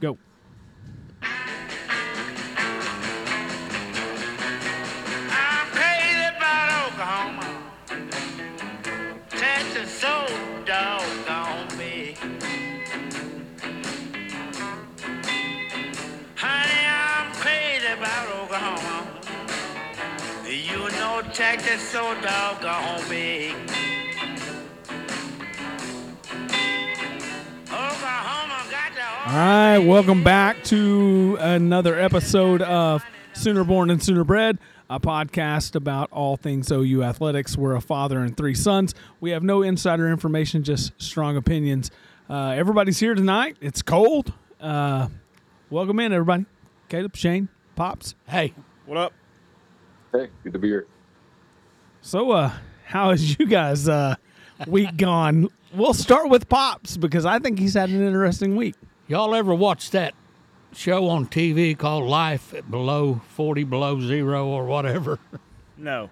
Go. I'm crazy about Oklahoma. Texas so doggone big. Honey, I'm crazy about Oklahoma. You know Texas so doggone big. Oklahoma got the All right, welcome back to another episode of Sooner Born and Sooner Bred, a podcast about all things OU athletics. We're a father and three sons. We have no insider information, just strong opinions. Uh, everybody's here tonight. It's cold. Uh, welcome in, everybody. Caleb, Shane, Pops. Hey, What up? Hey, good to be here. So, uh, how is you guys' uh, week gone? We'll start with Pops because I think he's had an interesting week. y'all ever watch that show on TV called Life at Below 40 Below Zero or whatever? No,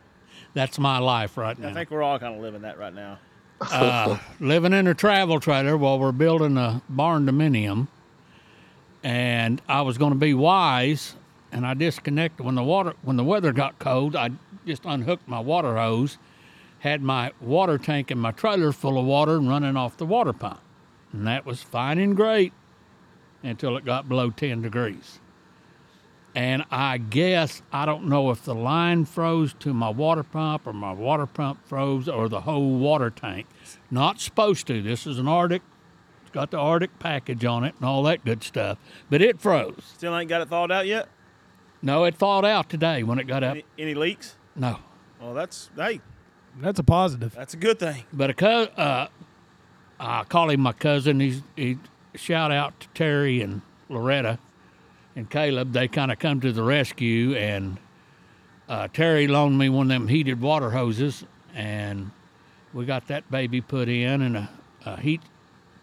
That's my life right now. I think we're all kind of living that right now. Living in a travel trailer while we're building a barn dominium. And I was going to be wise and I disconnected when the water when the weather got cold. I just unhooked my water hose, had my water tank and my trailer full of water and running off the water pipe. And that was fine and great until it got below 10 degrees. And I guess I don't know if the line froze to my water pump or my water pump froze or the whole water tank. Not supposed to. This is an Arctic. It's got the Arctic package on it and all that good stuff. But it froze. Still ain't got it thawed out yet. No, it thawed out today when it got up. Any, any leaks? No. Well, that's hey, That's a positive. that's a good thing. But a cou- uh, I call him my cousin. He's he shout out to Terry and Loretta and Caleb. They kind of come to the rescue, and uh, Terry loaned me one of them heated water hoses, and we got that baby put in and a, a heat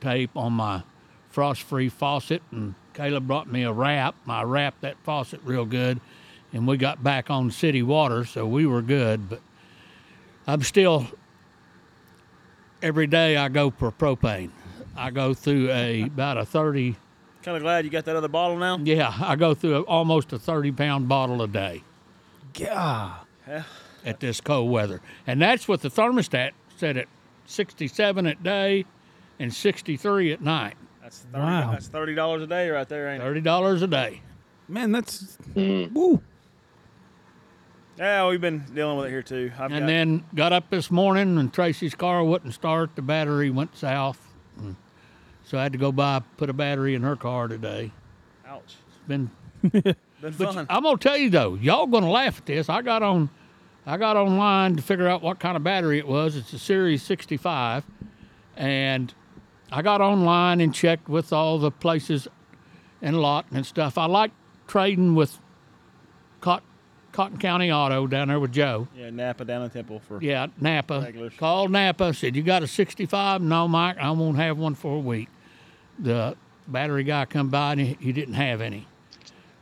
tape on my frost-free faucet. And Caleb brought me a wrap. and I wrapped that faucet real good, and we got back on city water, so we were good. But I'm still every day I go for propane. I go through a about a thirty. Kind of glad you got that other bottle now. Yeah, I go through a, almost a thirty pound bottle a day Yeah. at this cold weather, and that's what the thermostat said at sixty seven at day, and sixty three at night. That's thirty. Wow. That's thirty dollars a day right there, ain't it? Thirty dollars a day. Man, that's. Woo. Yeah, we've been dealing with it here too. I've And got, then got up this morning and Tracy's car wouldn't start. The battery went south, and so I had to go buy put a battery in her car today. ouch, It's been been But fun. I'm gonna tell you though, y'all gonna laugh at this. I got on, I got online to figure out what kind of battery it was. It's a Series 65, and I got online and checked with all the places and lot and stuff. I like trading with Cot- Cotton County Auto down there with Joe. yeah, Napa down in Temple for. Yeah, Napa. Regulars. Called Napa, said, You got a 65? No, Mike, I won't have one for a week. The battery guy come by and he, he didn't have any.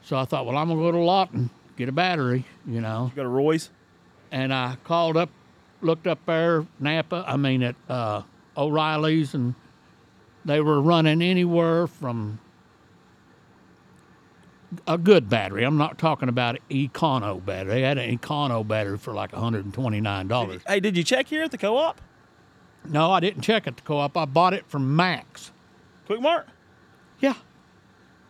So I thought, Well, I'm going to go to Lawton, get a battery, you know. You got a Roy's? And I called up, looked up there, Napa, I mean, at uh, O'Reilly's, and they were running anywhere from a good battery. I'm not talking about Econo battery. They had an Econo battery for like $129. Hey, did you check here at the co-op? No, I didn't check at the co-op. I bought it from Max. Quick Mart. Yeah,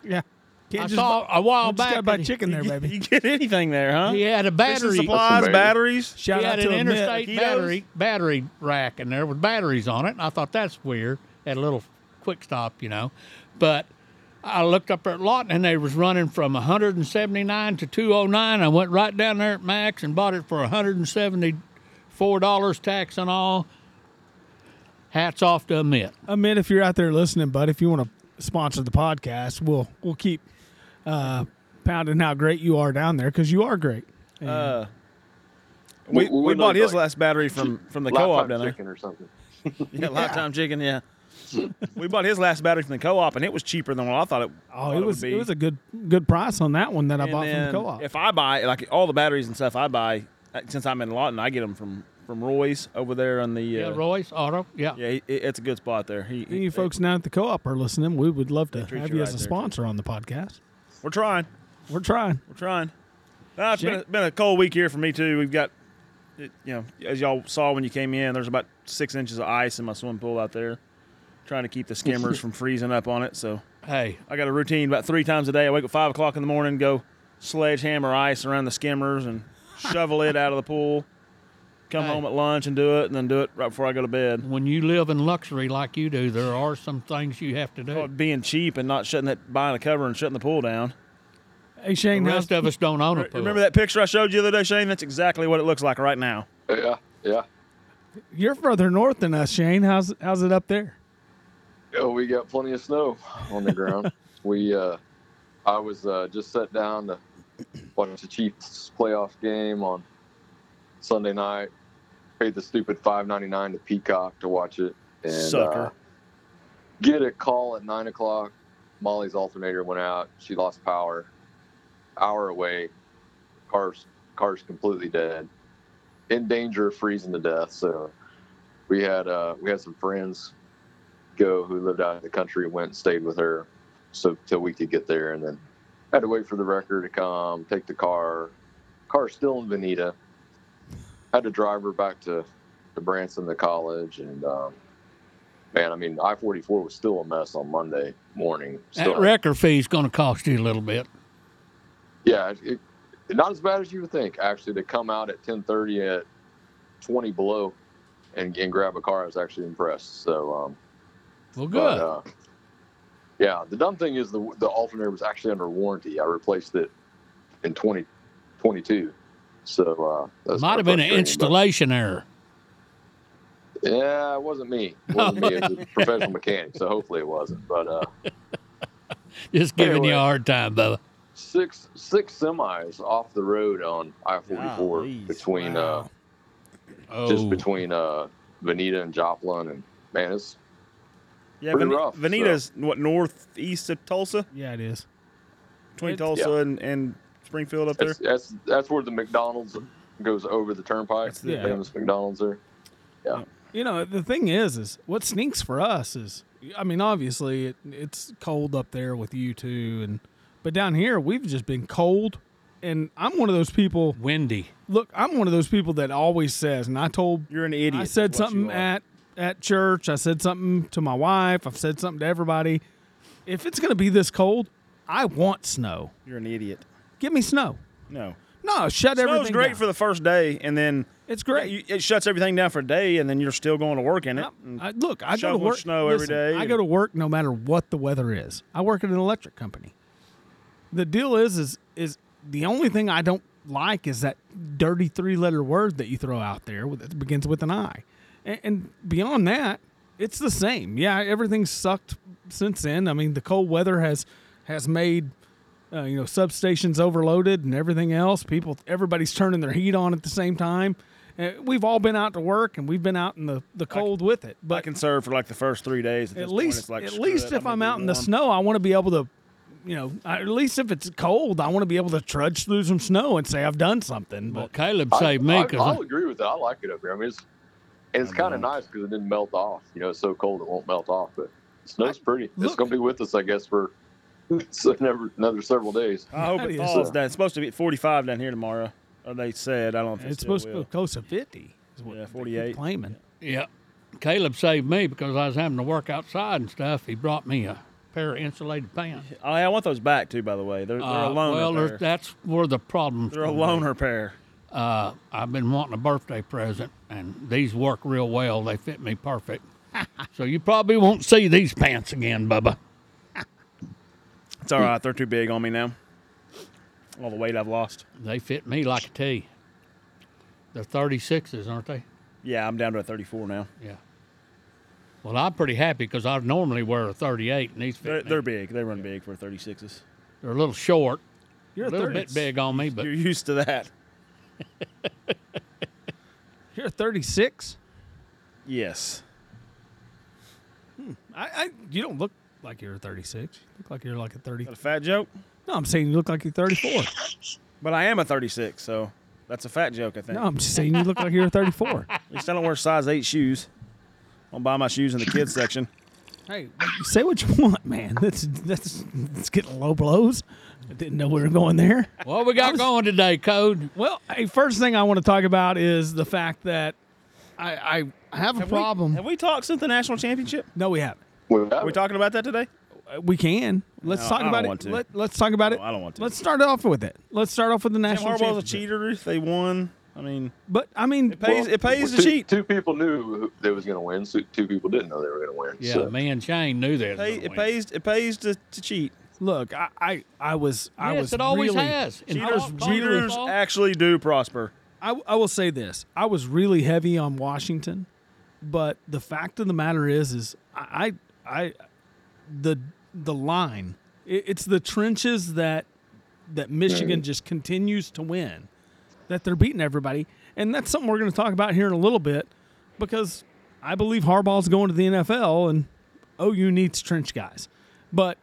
Yeah. Can't I just saw a while You just back. gotta buy that he- chicken there, you, baby. you get anything there, huh? He had a Fishing battery. He supplies, Baby. batteries. Shout out had to an Amit. interstate Akitos. battery battery rack, and there were batteries on it. And I thought that's weird. Had a little quick stop, you know, but I looked up there at Lawton, and they was running from 179 to 209. I went right down there at Max and bought it for 174 dollars tax and all. Hats off to Amit. Amit, if you're out there listening, bud, if you want to sponsor the podcast, we'll we'll keep uh, pounding how great you are down there because you are great. Uh, we, Well, we, we know bought it's his like last battery from from the Lifetime co-op down there. chicken or something. Yeah, lifetime chicken. Yeah, we bought his last battery from the co-op, and it was cheaper than what I thought it. Oh, thought it was would be. it was a good good price on that one that I And bought from then the co-op. If I buy like all the batteries and stuff, I buy uh, since I'm in Lawton, I get them from from Roy's over there on the. Uh, Yeah, Royce Auto. Yeah. Yeah, he, it- it's a good spot there. He, he- Any folks now at the co-op are listening, we would love to treat have you you right as a there, too. sponsor on the podcast. We're trying. We're trying. We're trying. No, it's been a, Jack- been a cold week here for me too. We've got, it, you know, as y'all saw when you came in, there's about six inches of ice in my swimming pool out there, trying to keep the skimmers from freezing up on it. So Hey, I got a routine about three times a day. I wake up five o'clock in the morning, go sledgehammer ice around the skimmers and shovel it out of the pool. Come Hey. home at lunch and do it, and then do it right before I go to bed. when you live in luxury like you do, there are some things you have to do. But being cheap and not shutting that, buying a cover and shutting the pool down. Hey the Shane, how's, rest of us don't own a pool. Remember that picture I showed you the other day, Shane? That's exactly what it looks like right now. Yeah, yeah. you're further north than us, Shane. How's how's it up there? Oh, we got plenty of snow on the ground. we, uh, I was uh, just sat down to watch the Chiefs playoff game on Sunday night. Paid the stupid five ninety nine to Peacock to watch it, and Sucker. Uh, get a call at nine o'clock. Molly's alternator went out. She lost power. Hour away, cars cars completely dead, in danger of freezing to death. So we had uh, we had some friends go who lived out in the country went and stayed with her so till we could get there and then had to wait for the wrecker to come take the car car still in Veneta had to drive her back to to Branson to college and um, man I mean I forty four was still a mess on Monday morning That still, wrecker fee's going to cost you a little bit. yeah it, it- not as bad as you would think actually to come out at ten thirty at twenty below and, and grab a car I was actually impressed so um, But, Well, good. uh, yeah, the dumb thing is the the alternator was actually under warranty. I replaced it in 2022. So uh, that's Might have been an frustrating, installation error. but- Yeah, it wasn't me. It wasn't me. It was a professional mechanic, so hopefully it wasn't. But uh, Just giving you a Anyway. hard time, Bubba. six six semis off the road on I-44 Gollies, between uh, Oh, just between uh, Veneta and Joplin, and man, it's Yeah, Pretty Ven- rough, so. Veneta's what northeast of Tulsa, Yeah, it is. between It's- Tulsa and, and Springfield up there. that's, that's that's where the McDonald's goes over the turnpike. That's The the- Yeah. famous McDonald's there. You know, the thing is, is what stinks for us is, I mean, obviously it, it's cold up there with you two, and but down here we've just been cold, and I'm one of those people. windy. Look, I'm one of those people that always says, and I told You're an idiot. I is said what you something are. at at church. I said something to my wife. I've said something to everybody. If it's gonna be this cold, I want snow. You're an idiot. Give me snow. No. No, shut Snow's everything. great down. for the first day, and then It's great. You- it shuts everything down for a day, and then you're still going to work in it. I- I, look, I go to shoveling work. snow every day I and- go to work no matter what the weather is. I work at an electric company. The deal is, is, is the only thing I don't like is that dirty three-letter word that you throw out there with- that begins with an I. And, and beyond that, it's the same. Yeah, everything's sucked since then. I mean, the cold weather has has made uh, you know substations overloaded and everything else. People, everybody's turning their heat on at the same time. Uh, we've all been out to work and we've been out in the, the cold with it. I But can serve for like the first three days. At, this at point, least it's like, at screw least it, if gonna I'm be out in the warm. snow, I want to be able to, you know, I- at least if it's cold, I want to be able to trudge through some snow and say I've done something. But Well, Caleb I- saved me I, because I'll agree with that. I like it up here. I mean, it's and it's kind of nice because it didn't melt off. You know, it's so cold it won't melt off. But snow's pretty. look- it's going to be with us, I guess, for so- never- another several days. I hope That is- it thaws down. It's supposed to be at 45 down here tomorrow. Or they said. I don't. Know if it it's still supposed will. to be close to fifty. Is what Yeah, they keep 48. claiming. yeah, Caleb saved me because I was having to work outside and stuff. He brought me a pair of insulated pants. Oh, yeah, I want those back too. By the way, they're, they're Uh, a loner well, pair. there's- that's where the problems. they're a come in. loner pair. Uh, I've been wanting a birthday present, and these work real well. They fit me perfect. so you probably won't see these pants again, Bubba. It's all right. They're too big on me now. All the weight I've lost. They fit me like a T. They're 36s, aren't they? Yeah, I'm down to a 34 now. Yeah. Well, I'm pretty happy because I normally wear a 38, and these fit They're, me. they're big. They run big for 36s. They're a little short, You're a little 30, bit big on me, but You're used to that. You're thirty-six. Yes. I, I you don't look like you're thirty-six. You look like you're like a thirty. Got a fat joke? No, I'm saying you look like you're thirty-four. But I am a 36, so That's a fat joke, I think. No, I'm just saying you look like you're 34. At least I don't wear size eight shoes. I don't buy my shoes in the kids section. Hey, say what you want, man. That's that's it's getting low blows. I didn't know we were going there. What we got going today, Code? Well, hey, first thing I want to talk about is the fact that I, I have a problem. We, have we talked since the national championship? no, we haven't. We Are we talking about that today? Uh, We can. Let's No, talk I don't about want it. to. Let, let's talk about No, it. I don't want to. Let's start off with it. Let's start off with the Tim national Harbaugh's a championship. cheater. They won. I mean, But I mean, it pays. it pays to two, cheat. Two people knew who- they was going to win. So two people didn't know they were going to win. Yeah, so. me and Shane knew that. Pay- it pays. It pays to, to cheat. look, I, I I was I yes, was it always really, has. In Cheaters, football, cheaters football. actually do prosper. I, I will say this: I was really heavy on Washington, but the fact of the matter is, is I, I, I the the line. It, it's the trenches that that Michigan just continues to win, that they're beating everybody, and that's something we're going to talk about here in a little bit, because I believe Harbaugh's going to the NFL and OU needs trench guys, but.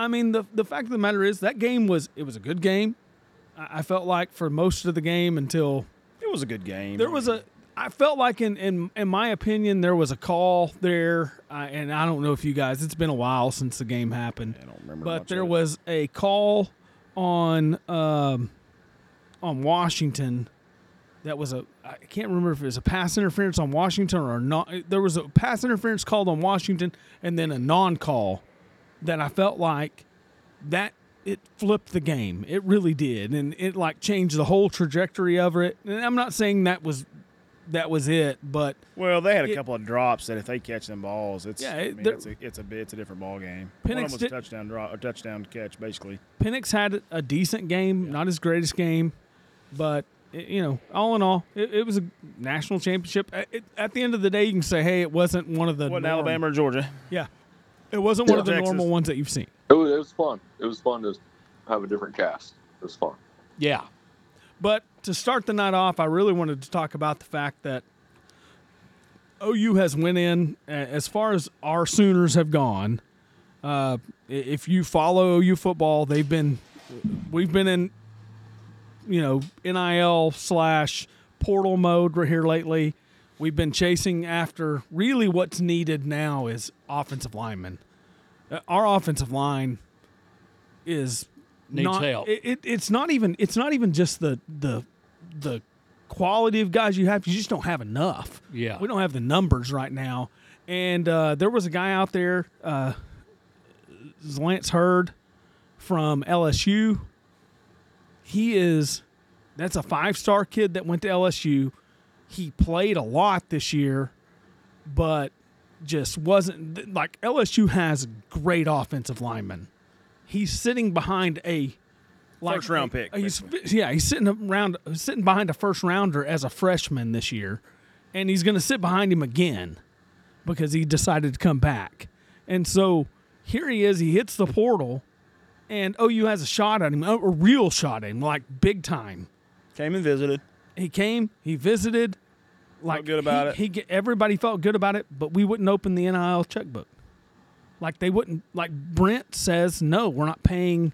I mean, the, the fact of the matter is that game was it was a good game. I, I felt like for most of the game until It was a good game. there was a. I felt like in in, in my opinion there was a call there, uh, and I don't know if you guys. It's been a while since the game happened. I don't remember much But of there it. was a call on um, on Washington. That was a. I can't remember if it was a pass interference on Washington or not. There was a pass interference called on Washington, and then a non call that I felt like that it flipped the game. It really did, and it like changed the whole trajectory of it. And I'm not saying that was that was it, but Well, they had a it- couple of drops that if they catch them balls, it's Yeah, yeah, it- I mean, they're- it's a it's a bit it's a different ball game. Penix One of them was did- a touchdown drop, a touchdown catch, basically. Penix had a decent game, not his greatest game, but i- you know, all in all, it, it was a national championship. A- it- at the end of the day, you can say, hey, it wasn't one of the What in norm- Alabama or Georgia? Yeah, it wasn't one Or of the Texas. normal ones that you've seen. It was, it was fun. It was fun to have a different cast. It was fun. Yeah. But to start the night off, I really wanted to talk about the fact that OU has went in a- as far as our Sooners have gone. Uh, i- if you follow OU football, they've been we've been in you know nil slash portal mode right here lately. We've been chasing after really what's needed now is offensive linemen. Uh, Our offensive line is Needs not, help. It, it, it's not even it's not even just the the the quality of guys you have. You just don't have enough. Yeah. we don't have the numbers right now. And uh, there was a guy out there, uh, Lance Hurd from LSU. He is that's a five star kid that went to LSU. He played a lot this year, but just wasn't th- like LSU has great offensive linemen. He's sitting behind a like, First round pick, He's, yeah, he's sitting around, sitting behind a first rounder as a freshman this year, and he's going to sit behind him again because he decided to come back. And so here he is. He hits the portal, and OU has a shot at him, a a real shot at him, like big time Came and visited. he came, he visited, like good about he- it. He ge- everybody felt good about it, but we wouldn't open the NIL checkbook. Like they wouldn't. Like Brent says, no, we're not paying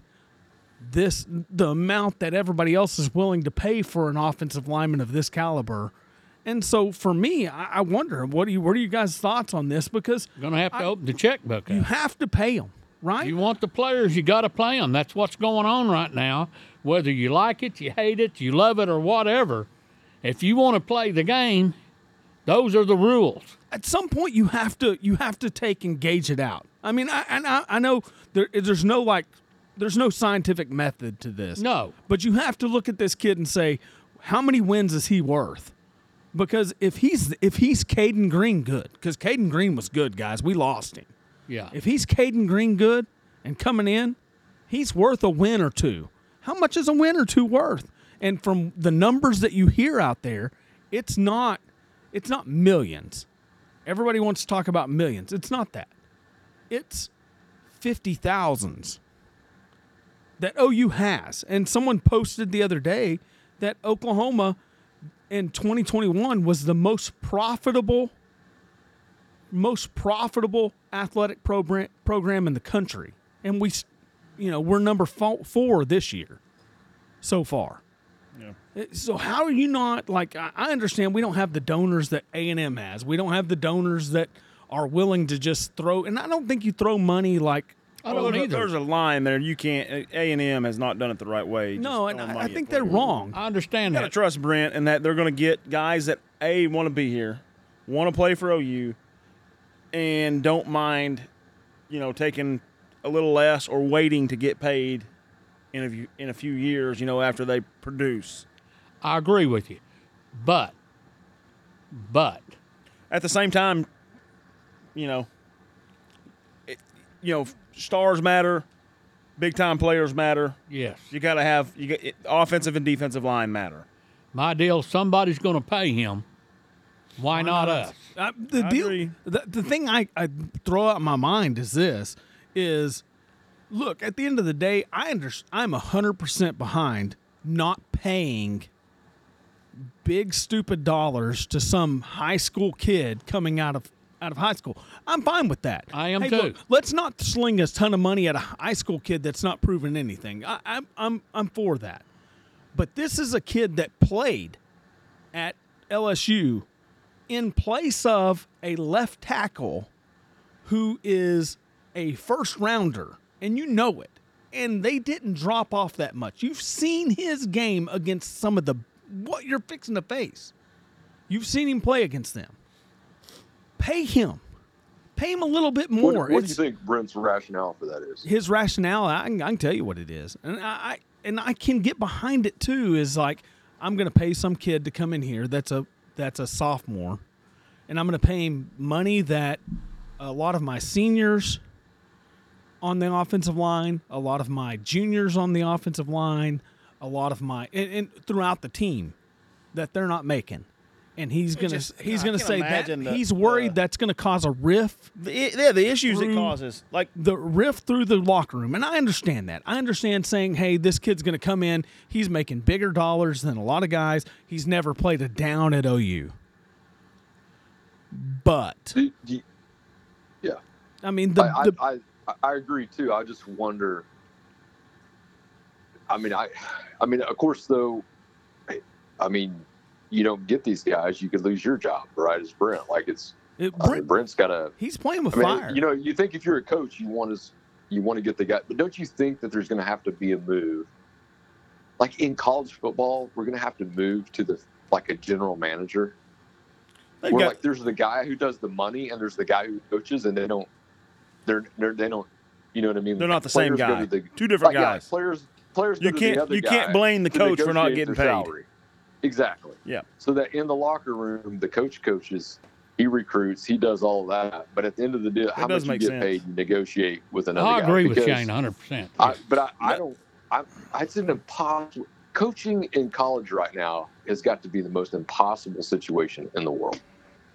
this the amount that everybody else is willing to pay for an offensive lineman of this caliber. And so for me, I, I wonder what do you what are you guys' thoughts on this? Because Gonna have to open the checkbook. you Up. have to pay them, right? You want the players, you got to play them. That's what's going on right now. Whether you like it, you hate it, you love it, or whatever, if you want to play the game, those are the rules. at some point you have to you have to take and gauge it out. I mean, I and I, I know there, there's no like there's no scientific method to this. No. but you have to look at this kid and say, how many wins is he worth? Because if he's if he's Caden Green good, because Caden Green was good, guys, we lost him. Yeah. If he's Caden Green good and coming in, he's worth a win or two. How much is a win or two worth? And from the numbers that you hear out there, it's not it's not millions. Everybody wants to talk about millions. It's not that. It's fifty thousands that OU has. And someone posted the other day that Oklahoma in 2021 was the most profitable most profitable athletic program program in the country, and we, s- you know, we're number fo- four this year, so far. Uh, Yeah. So how are you not like? I I understand we don't have the donors that A and M has. We don't have the donors that are willing to just throw. And I don't think you throw money like. I don't there's, a, either. there's a line there. You can't. A and M has not done it the right way. No, and I, I think they're wrong. I understand Got to that. trust Brent and that they're going to get guys that a want to be here, want to play for OU, and don't mind, you know, taking a little less or waiting to get paid in a few, in a few years. You know, after they produce. I agree with you, but but at the same time, you know, it, you know, stars matter, big time players matter. yes, You got to have you got, it, offensive and defensive line matter. my deal. Somebody's going to pay him. Why, not, us? I, Uh, the I deal, agree. the, the thing I, I throw out my mind is this: is look at the end of the day, I under, I'm hundred percent behind not paying big stupid dollars to some high school kid coming out of out of high school. I'm fine with that. I am Hey, too. look, let's not sling a ton of money at a high school kid that's not proven anything. I, I'm I'm I'm for that. But this is a kid that played at LSU in place of a left tackle who is a first rounder, and you know it. And they didn't drop off that much. You've seen his game against some of the what you're fixing to face. You've seen him play against them. Pay him. Pay him a little bit more. What, what do It's- you think Brent's rationale for that is? his rationale, I can, I can tell you what it is, and I, I and I can get behind it too. Is like I'm going to pay some kid to come in here that's a that's a sophomore, and I'm going to pay him money that a lot of my seniors on the offensive line, a lot of my juniors on the offensive line, a lot of my and, and throughout the team that they're not making. And he's gonna just- he's I gonna can say that imagine the- he's worried the- that's gonna cause a rift The, yeah, the issues Mm. Through- it causes, like the rift through the locker room, and I understand that. I understand saying, "Hey, this kid's going to come in. He's making bigger dollars than a lot of guys. He's never played a down at OU." But Do- do you- yeah, I mean, the, I, the I, I, I agree too. I just wonder. I mean, I, I mean, of course, though. I- I mean, you don't get these guys, you could lose your job, right? As Brent, like it's. it, I mean, Brent, Brent's got to. he's playing with I mean, fire. you know, you think if you're a coach, you want to you want to get the guy, but don't you think that there's going to have to be a move? Like in college football, we're going to have to move to the like a general manager. they've Where got like there's the guy who does the money, and there's the guy who coaches, and they don't. They're, they're they don't. You know what I mean? They're not the same Players go guy. to the- two different like, yeah, guys. players players. go you to the can't other you guy can't blame the to coach for not negotiate getting their paid. salary. Exactly. Yeah. So that in the locker room, the coach coaches, he recruits, he does all that. But at the end of the day, how does much you make get sense. paid, you negotiate with another I guy. agree with because Shane 100. percent I, but I, I don't. I, it's an impossible. Coaching in college right now has got to be the most impossible situation in the world.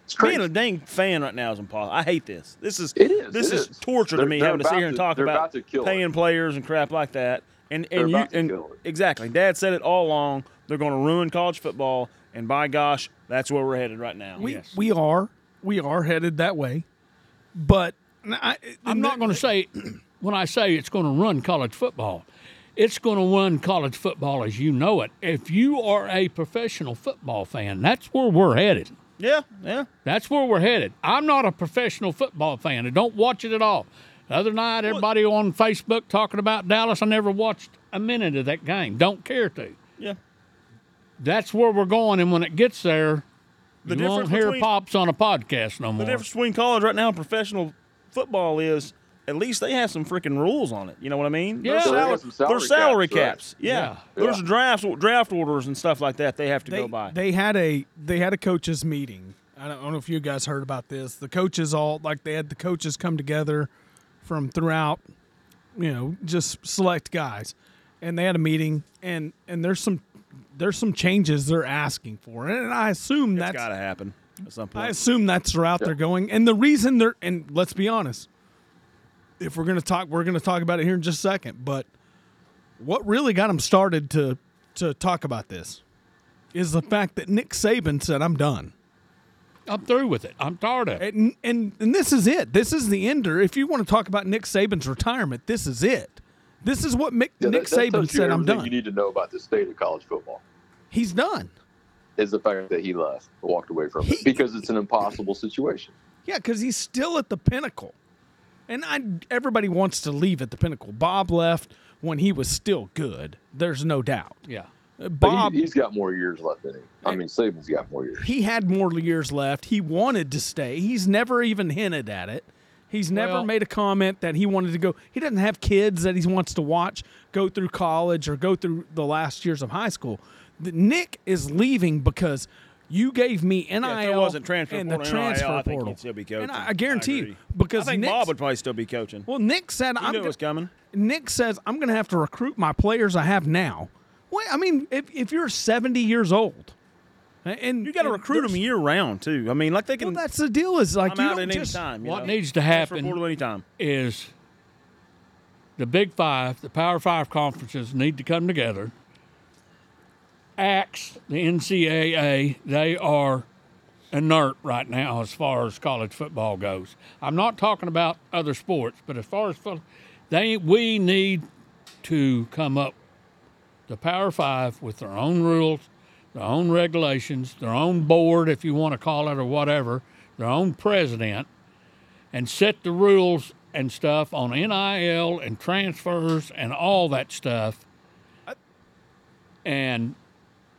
It's crazy. Being a dang fan right now is impossible. I hate this. This is it is. this it is torture to They're- me they're having to sit about here and talk they're about about to kill paying it. players and crap like that. And They're and you about to and kill it. exactly, Dad said it all along. They're going to ruin college football, and by gosh, that's where we're headed right now. we yes. we are we are headed that way, but I, I'm not going to say when I say it's going to run college football. It's going to run college football as you know it. If you are a professional football fan, that's where we're headed. yeah, yeah. That's where we're headed. I'm not a professional football fan. I don't watch it at all. The other night, everybody on Facebook talking about Dallas. I never watched a minute of that game. Don't care to. Yeah. That's where we're going. And when it gets there, The you won't difference hear between- pops on a podcast no The more. difference between college right now and professional football is at least they have some freaking rules on it. You know what I mean? Yeah. There's So they got salary, some salary there's salary caps, right? caps. Yeah. Yeah. There's Yeah. drafts, draft orders and stuff like that they have to they, go by. They had a they had a coaches meeting. I don't, I don't know if you guys heard about this. The coaches all like they had the coaches come together from throughout, you know, just select guys, and they had a meeting. and And there's some there's some changes they're asking for, and I assume it's that's got to happen at some I point. assume that's the route they're going. And the reason they're and let's be honest, if we're gonna talk, we're gonna talk about it here in just a second. But what really got them started to to talk about this is the fact that Nick Saban said, "I'm done," I'm through with it. I'm tired of it. and and and this is it. This is the ender. If you want to talk about Nick Saban's retirement, this is it. This is what Mick, Yeah, that- Nick that Saban tells you said. I'm everything done. You need to know about the state of college football. He's done. is the fact that he left, walked away from He- it because it's an impossible situation. Yeah, because he's still at the pinnacle, and I everybody wants to leave at the pinnacle. Bob left when he was still good. There's no doubt. Yeah. Uh, But he- Bob he's got more years left in him. I mean, Saban's got more years. he had more years left. He wanted to stay. He's never even hinted at it. He's never Well- made a comment that he wanted to go. He doesn't have kids that he wants to watch go through college or go through the last years of high school. The- Nick is leaving because you gave me NIL Yeah, if there wasn't transfer and portal, the and NIL, transfer I think portal. he'd still be And I, coaching. I guarantee I you, agree. I because think Nick's- Bob would probably still be coaching. well, Nick said He I'm. knew it was go- coming. Nick says I'm going to have to recruit my players I have now. Well, I mean, if, if you're 70 years old, a- and You got to and recruit there's- them year round too. I mean, like they well, can that's the deal. Is like come you out don't at any just time. you What know. needs to Transfer happen- Portal anytime. Is the Big Five, the Power Five conferences need to come together. Acts, the NCAA, they are inert right now as far as college football goes. I'm not talking about other sports, but as far as fo- they, we need to come up the Power Five with their own rules, their own regulations, their own board, if you want to call it or whatever, their own president, and set the rules and stuff on NIL and transfers and all that stuff, and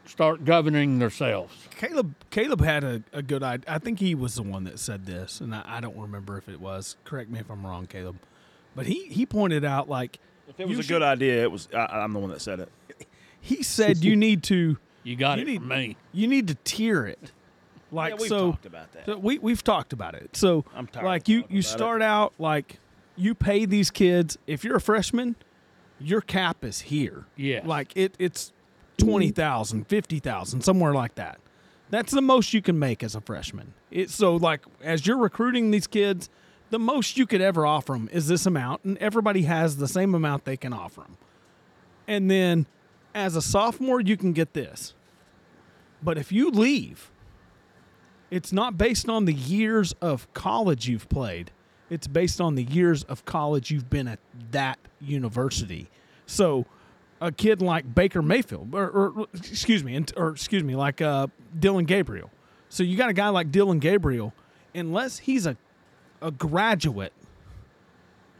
start governing themselves. Caleb. Caleb had a, a good idea. I think he was the one that said this, and I, I don't remember if it was. Correct me if I'm wrong, Caleb. But he he pointed out like If it was a good idea, it was. I, I'm the one that said it. he said you need to You got You it need- from me. you need to tier it. Like we've so, talked about that. so we we've talked about it. So I'm tired like of you talking you about it. start out like you pay these kids. If you're a freshman, your cap is here. Yes. like it it's twenty thousand, fifty thousand, somewhere like that. That's the most you can make as a freshman. It so like as you're recruiting these kids, the most you could ever offer them is this amount, and everybody has the same amount they can offer them. And then as a sophomore, you can get this. But if you leave, it's not based on the years of college you've played. It's based on the years of college you've been at that university. So, a kid like Baker Mayfield, or, or excuse me, and- or excuse me, like uh, Dylan Gabriel. So you got a guy like Dylan Gabriel, unless he's a a graduate,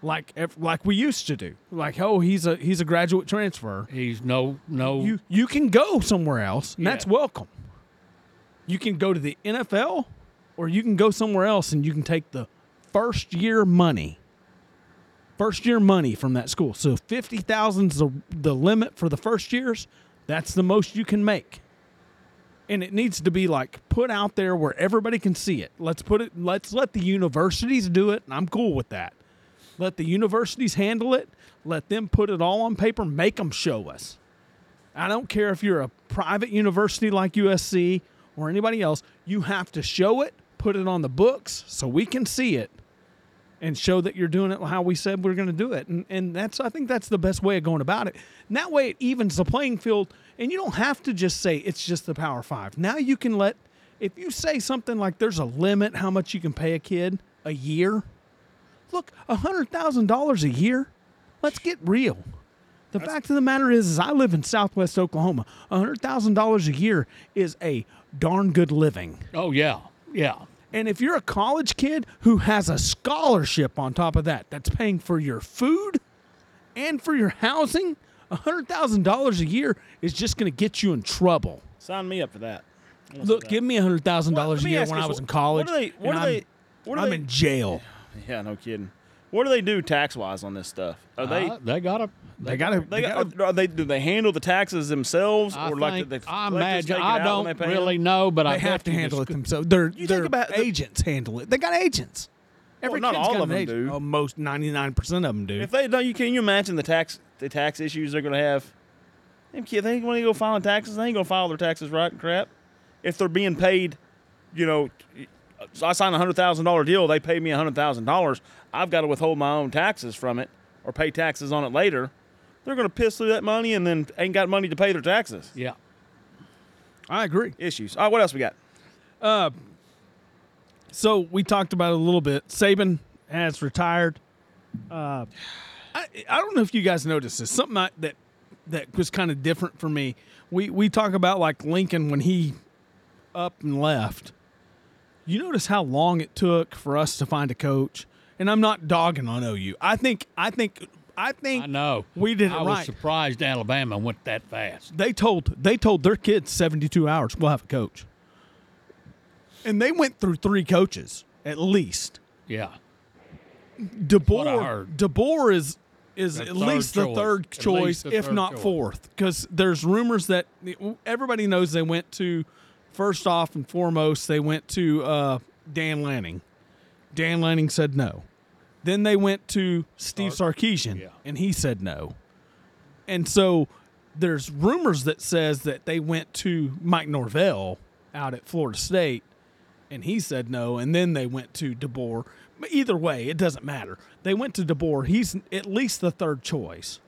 like ev- like we used to do, like oh he's a he's a graduate transfer He's no no. you you can go somewhere else and that's Yeah. welcome you can go to the nfl or you can go somewhere else and you can take the first year money first year money from that school so 50000 is the, the limit for the first years that's the most you can make and it needs to be like put out there where everybody can see it let's put it let's let the universities do it and i'm cool with that let the universities handle it let them put it all on paper make them show us I don't care if you're a private university like USC or anybody else, you have to show it, put it on the books so we can see it and show that you're doing it how we said we're going to do it. And, and that's, I think that's the best way of going about it. And that way it evens the playing field and you don't have to just say it's just the power five. Now you can let, if you say something like there's a limit how much you can pay a kid a year, look, $100,000 a year, let's get real. The fact of the matter is, is I live in Southwest Oklahoma. hundred thousand dollars a year is a darn good living. Oh yeah, yeah. And if you're a college kid who has a scholarship on top of that, that's paying for your food and for your housing, hundred thousand dollars a year is just going to get you in trouble. Sign me up for that. I want Look, that. give me hundred thousand Well, let dollars a me year ask when you I was some- in college, What do they? What and do they? I'm, What do I'm they? in jail. yeah, no kidding. What do they do tax wise on this stuff? Are they? Uh, they got a. They got to. they got, are they? Do they handle the taxes themselves, I, or like think- do they? I collectors imagine take it I out when don't they pay 'em? really know, but I They have bet to you handle the it sc- themselves. Their, think their about the- agents handle it. They got agents. Every not kid's all got of an 'em agent. do. Oh, most ninety nine percent of them do. If they don't, you can you imagine the tax the tax issues they're gonna have? Them kids, they ain't gonna go filing taxes. They ain't gonna file their taxes right and crap. If they're being paid, you know, so I sign a hundred thousand dollar deal. They pay me a hundred thousand dollars. I've got to withhold my own taxes from it or pay taxes on it later. They're gonna piss through that money and then ain't got money to pay their taxes. Yeah. I agree. Issues. All right, what else we got? So we talked about it a little bit. Saban has retired. Uh, I, I don't know if you guys noticed this. Something I, that that was kind of different for me. We we talk about like Lincoln when he up and left. You notice how long it took for us to find a coach, and I'm not dogging on OU. I think I think I think I know. we did it I was right. surprised Alabama went that fast. They told they told their kids 72 hours we'll have a coach, and they went through three coaches at least. Yeah. what I DeBoer heard. DeBoer is is The at third least the choice. third At least choice, the if third not choice. fourth, because there's rumors that everybody knows they went to. First off and foremost, they went to uh, Dan Lanning. Dan Lanning said no. Then they went to Steve Sarkeesian, yeah. and he said no. And so there's rumors that says that they went to Mike Norvell out at Florida State, and he said no. And then they went to DeBoer. But either way, it doesn't matter. They went to DeBoer. He's at least the third choice.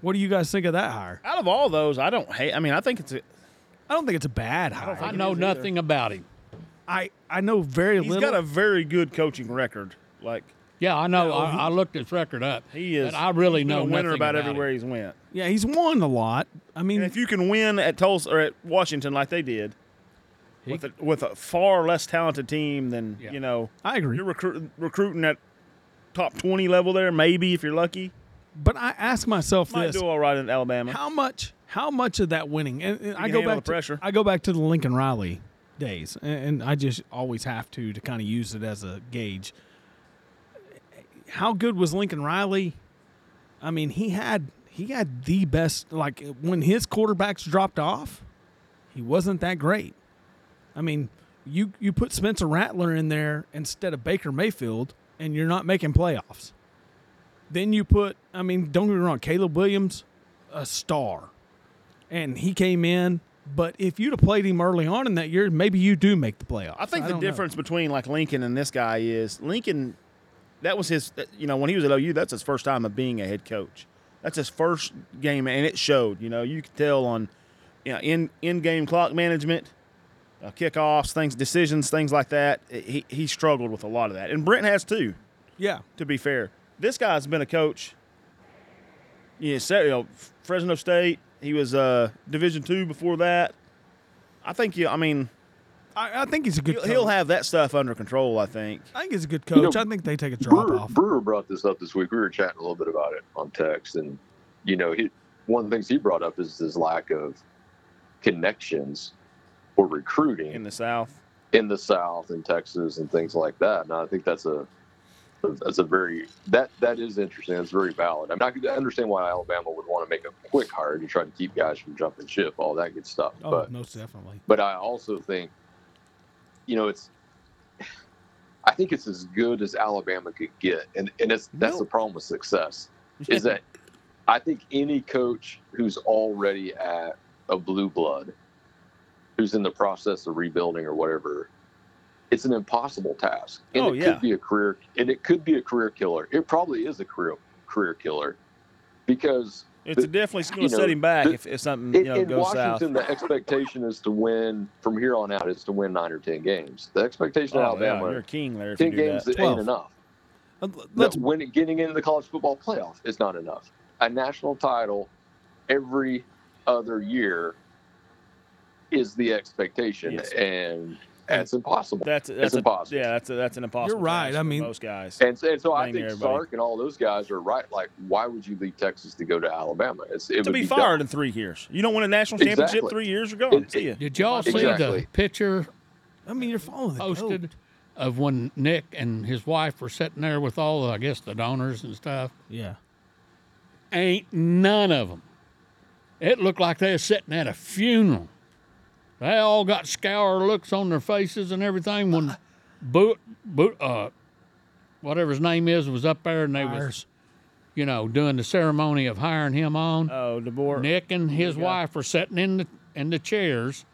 What do you guys think of that hire? Out of all those, I don't hate. I mean, I think it's a, I don't think it's a bad hire. I know nothing about him. I, I know very he's little. got a very good coaching record. Like Yeah, I know. I, I looked his record up. he is. But I really he's been know a winner nothing about, about everywhere Him. he's went. yeah, he's won a lot. I mean, And if you can win at Tulsa or at Washington like they did, with a, with a far less talented team than Yeah. you know, I agree. you're recruit, recruiting at top twenty level there, maybe if you're lucky. But I ask myself Might this: do all right in Alabama. how much, how much of that winning? And, and I can go handle back the pressure. To, I go back to the Lincoln Riley days, and, and I just always have to to kind of use it as a gauge. How good was Lincoln Riley? I mean, he had he had the best. Like when his quarterbacks dropped off, he wasn't that great. I mean, you you put Spencer Rattler in there instead of Baker Mayfield, and you're not making playoffs. Then you put, I mean, don't get me wrong, Caleb Williams, a star, and he came in. But if you'd have played him early on in that year, maybe you do make the playoffs. I think the don't know. difference between like Lincoln and this guy is Lincoln. That was his, you know, when he was at OU, that's his first time of being a head coach. That's his first game, and it showed. You know, you could tell on, you know, in in game clock management, uh, kickoffs, things, decisions, things like that. He he struggled with a lot of that, and Brent has too. Yeah, To be fair, this guy's been a coach. Yeah, so, you know, Fresno State. He was uh, Division two before that. I think you. I mean, I, I think he's a good. he'll, coach. he'll have that stuff under control. I think. I think he's a good coach. know, I think they take a drop Brewer, off. Brewer brought this up this week. We were chatting a little bit about it on text, and you know, he, one of the things he brought up is his lack of connections for recruiting in the South. in the South and Texas and things like that. And I think that's a that's a very that that is interesting. That's very valid. I mean, I could understand why Alabama would want to make a quick hire to try to keep guys from jumping ship, all that good stuff. oh, but most definitely. but I also think, you know, it's I think it's as good as Alabama could get, and and it's that's No. the problem with success is that I think any coach who's already at a blue blood, who's in the process of rebuilding or whatever, it's an impossible task. And Oh, it yeah. could be a career and it could be a career killer. It probably is a career career killer. Because It's The- definitely going you to know, set him back the- if, if something in, you know in goes south. Washington, the expectation is to win from here on out is to win nine or ten games. The expectation Oh, of yeah, Alabama you're a king there. If ten you do games that that. Twelve. ain't enough. Uh, That's Let's when it- getting into the college football playoff is not enough. A national title every other year is the expectation, Yes. and that's impossible. That's that's It's a, impossible. Yeah, that's a, that's an impossible. right, task I for mean- most guys. and, so- and so I Blame think everybody. Sark and all those guys are right. Like, why would you leave Texas to go to Alabama? It's, it to would be be fired dumb. in three years, you don't win a national championship Exactly. three years. You're gone. It- See ya. Did y'all see Exactly. the picture I mean, you're following the posted coach. of when Nick and his wife were sitting there with all, the, I guess, the donors and stuff? Yeah. Ain't none of them. It looked like they were sitting at a funeral. They all got scour looks on their faces and everything when boot boot uh whatever his name is was up there and they was Hires. you know doing the ceremony of hiring him on. Oh, DeBoer. Nick and his Yeah. wife were sitting in the in the chairs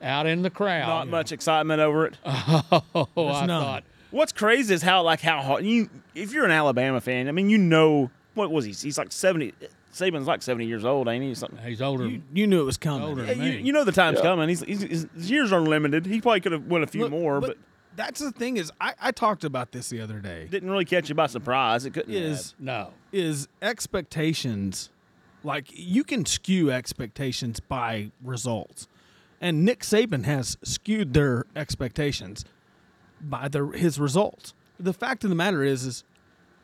out in the Not crowd. much excitement over it. Uh. Oh, I none. thought What's crazy is how like how hard you if you're an Alabama fan. I mean, you know what was he? He's like seventy. Saban's like seventy years old, ain't he? Something. he's older. You, you knew it was coming. Older. Yeah, you, Man. you know the time's Yeah. coming. He's, he's, his years are limited. He probably could have won a few Look, more, but that's the thing is I, I talked about this the other day. didn't really catch you by surprise. It couldn't have. Is no. is expectations Like you can skew expectations by results. And Nick Saban has skewed their expectations by their his results. The fact of the matter is is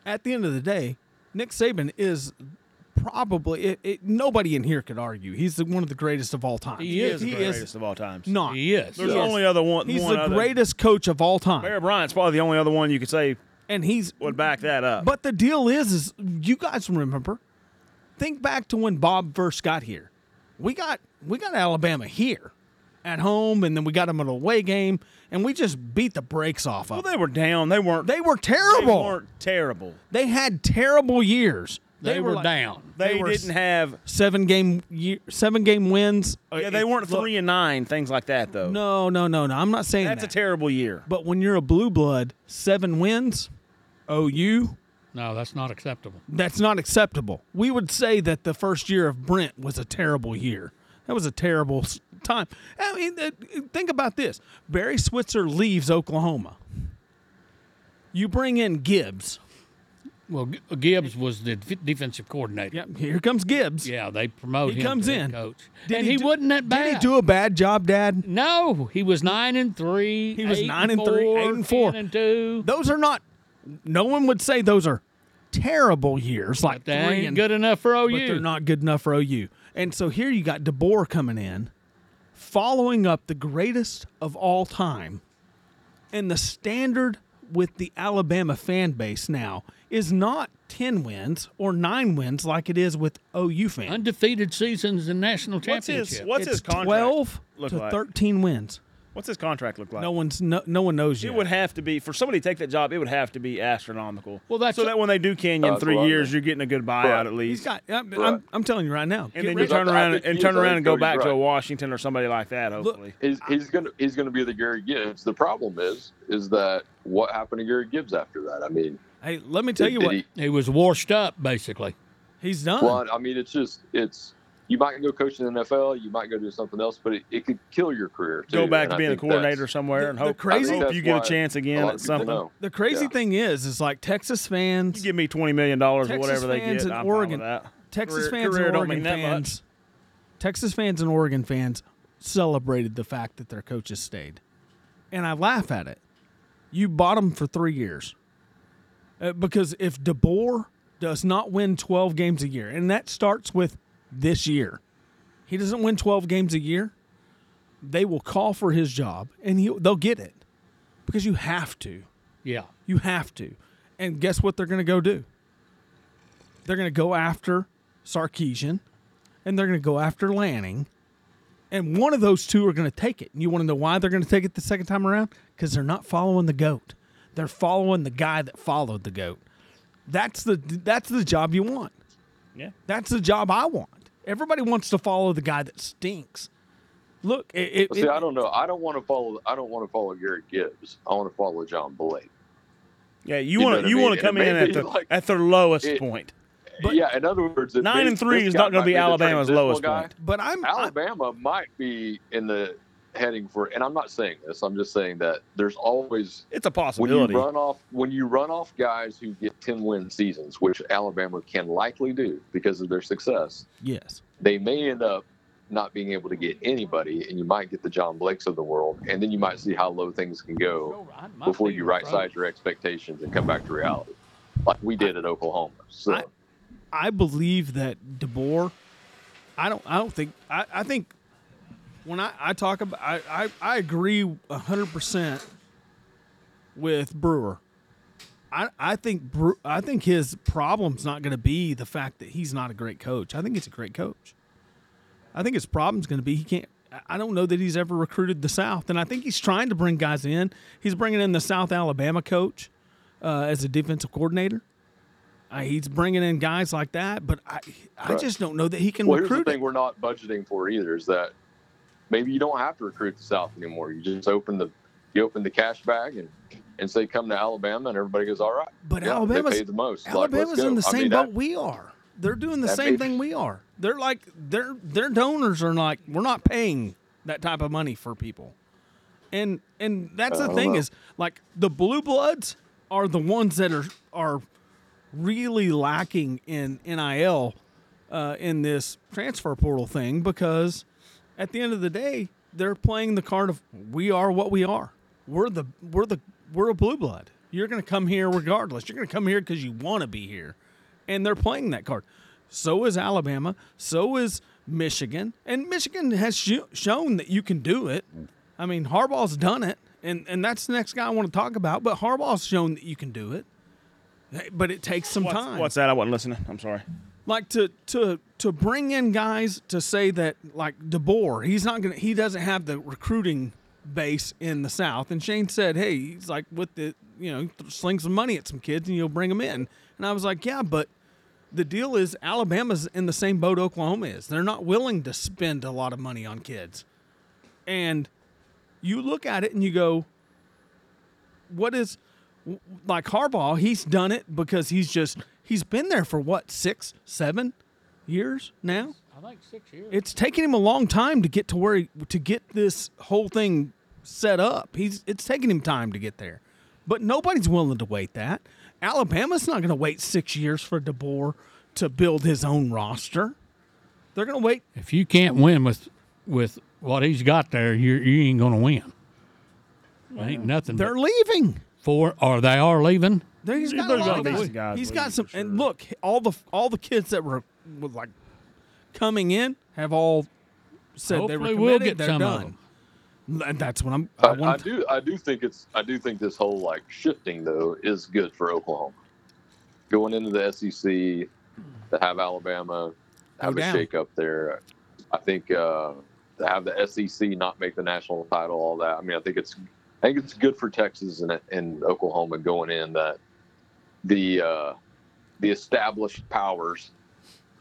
at the end of the day, Nick Saban is probably it, it, nobody in here could argue. He's the, one of the greatest of all time. He is the he greatest of all times. not. He is. There's Yes. only other one. He's one the other. greatest coach of all time. Bear Bryant's probably the only other one you could say And he's would back that up. But the deal is, is you guys remember? Think back to when Bob first got here. We got we got Alabama here at home, and then we got them in a away game, and we just beat the brakes off of well, them. they were down. They weren't. They were they terrible. They, weren't terrible. had terrible years. They, were, like down. They, They were didn't s- have. seven game year, seven game wins. Yeah, they weren't three and nine. Things like that though. No, no, no, no. I'm not saying that's a that. terrible year. but when you're a blue blood, seven wins, OU, No, that's not acceptable. That's not acceptable. We would say that the first year of Brent was a terrible year. That was a terrible s- time. I mean, uh, think about this. Barry Switzer leaves Oklahoma. You bring in Gibbs. Well, G- Gibbs was the d- defensive coordinator. Yep, here comes Gibbs. Yeah, they promote He him. comes to head in. coach, Did and he he, do- wasn't that bad. Did he do a bad job, Dad? No, he was nine and three. He was eight nine and three, eight and four. ten and two. Those are not. No one would say those are terrible years. Like That three ain't and good enough for OU. but they're not good enough for OU. And so here you got DeBoer coming in, following up the greatest of all time, and the standard with the Alabama fan base now is not ten wins or nine wins like it is with OU fans. Undefeated seasons in national What's his championship. What's it's his contract twelve look to like? thirteen wins. What's his contract look like? No one's no, no one knows It yet. would have to be for somebody to take that job. It would have to be astronomical. Well, that's- so that when they do Canyon in three Absolutely. years, you're getting a good buyout Right. at He's least. got. I'm, Right. I'm, I'm telling you right now. and then get you rid of- turn I around think and he's turn right. around and go Cody's back to a right. Washington or somebody like that. Hopefully, He's, he's gonna he's gonna be the Gary Gibbs. The problem is is that what happened to Gary Gibbs after that? I mean, hey, let me tell you did what he- He was washed up, basically. he's done. Well, I mean, it's just it's you might go coach in the NFL, you might go do something else, but it, it could kill your career. Too. go back and to I being a think coordinator that's- somewhere The- and the hope, crazy- I think hope you that's get why a chance a again lot at of people something. know. The crazy Yeah. thing is, is like Texas fans. You give me twenty million dollars or Texas whatever they fans get. and I'm Oregon- Fine with that. Texas Career- fans career and don't Oregon mean that fans. Texas fans and Oregon fans celebrated the fact that their coaches stayed, and I laugh at it. You bought them for three years, Uh, because if DeBoer does not win twelve games a year, and that starts with this year, he doesn't win twelve games a year, they will call for his job, and he, they'll get it, because you have to. Yeah. You have to. And guess what they're going to go do? They're going to go after Sarkeesian and they're going to go after Lanning. And one of those two are going to take it. And you want to know why they're going to take it the second time around? Because they're not following the goat. They're following the guy that followed the goat. That's the that's the job you want. Yeah. That's the job I want. Everybody wants to follow the guy that stinks. Look, it, it- See, it- I don't know. I don't want to follow. I don't want to follow Gary Gibbs. I want to follow John Blake. Yeah, you You want know what to I you mean? want And to come in maybe, at the like, at their lowest it- point. But- yeah, in other words, if Nine they- and three this is guy not gonna might be the Alabama's transitional lowest guy, point. but I'm I- Alabama might be in the heading for, and I'm not saying this. I'm just saying that there's always It's a when you possibility. run off when you run off guys who get 10 win seasons which alabama can likely do because of their success yes. they may end up not being able to get anybody and you might get the john blakes of the world and then you might see how low things can go before you right size your expectations and come back to reality like we did at oklahoma so I- I believe that DeBoer. I don't. I don't think. I, I think when I, I talk about, I I, I agree hundred percent with Brewer. I I think Brew, I think his problem's not going to be the fact that he's not a great coach. I think he's a great coach. I think his problem's going to be he can't. I- I don't know that he's ever recruited the South, and I think he's trying to bring guys in. He's bringing in the South Alabama coach uh, as a defensive coordinator. Uh, he's bringing in guys like that, but I I Right. just don't know that he can well here's the recruit. thing it. we're not budgeting for either is that maybe you don't have to recruit the south anymore you just open the you open the cash bag and and say come to alabama and everybody goes all right But Yeah, Alabama's they paid the most Like, let's Alabama's in go. the I same mean, that- boat we are. They're doing the that same may- thing we are. They're like their their donors are like we're not paying that type of money for people. And and that's Uh, I the don't thing know. is like the blue bloods are the ones that are are really lacking in NIL uh, in this transfer portal thing because at the end of the day, they're playing the card of we are what we are. We're the we're the we're a blue blood. You're going to come here regardless. You're going to come here because you want to be here, and they're playing that card. So is Alabama. So is Michigan, and Michigan has sh- shown that you can do it. I mean, Harbaugh's done it, and and that's the next guy I want to talk about. But Harbaugh's shown that you can do it, but it takes some What's, time what's that? I wasn't listening. I'm sorry. like to to to bring in guys to say that like DeBoer, he's not gonna he doesn't have the recruiting base in the South. And Shane said, hey, he's like with the you know sling some money at some kids and you'll bring them in. And I was like, yeah, but the deal is Alabama's in the same boat Oklahoma is. They're not willing to spend a lot of money on kids. And you look at it and you go, what is w- like Harbaugh? He's done it because he's just he's been there for what six, seven years now. I think six years. It's taken him a long time to get to where he, to get this whole thing set up. He's it's taken him time to get there, but nobody's willing to wait that. Alabama's not going to wait six years for DeBoer to build his own roster. They're going to wait if you can't win with with what he's got there, you you ain't gonna win. Ain't nothing. but They're leaving. four or they are leaving. There he's got a There's lot of gotta be guys. some guys He's leaving got some. for And look, all the all the kids that were, were like coming in have all said they were Hopefully committed. we'll get They're some of done. And that's what I'm. I, I, I want to, do. I do think it's. I do think this whole like shifting though is good for Oklahoma. Going into the SEC, to have Alabama have a down. shakeup there, I think uh, to have the SEC not make the national title, all that. I mean, I think it's. I think it's good for Texas and, and Oklahoma going in that the uh, the established powers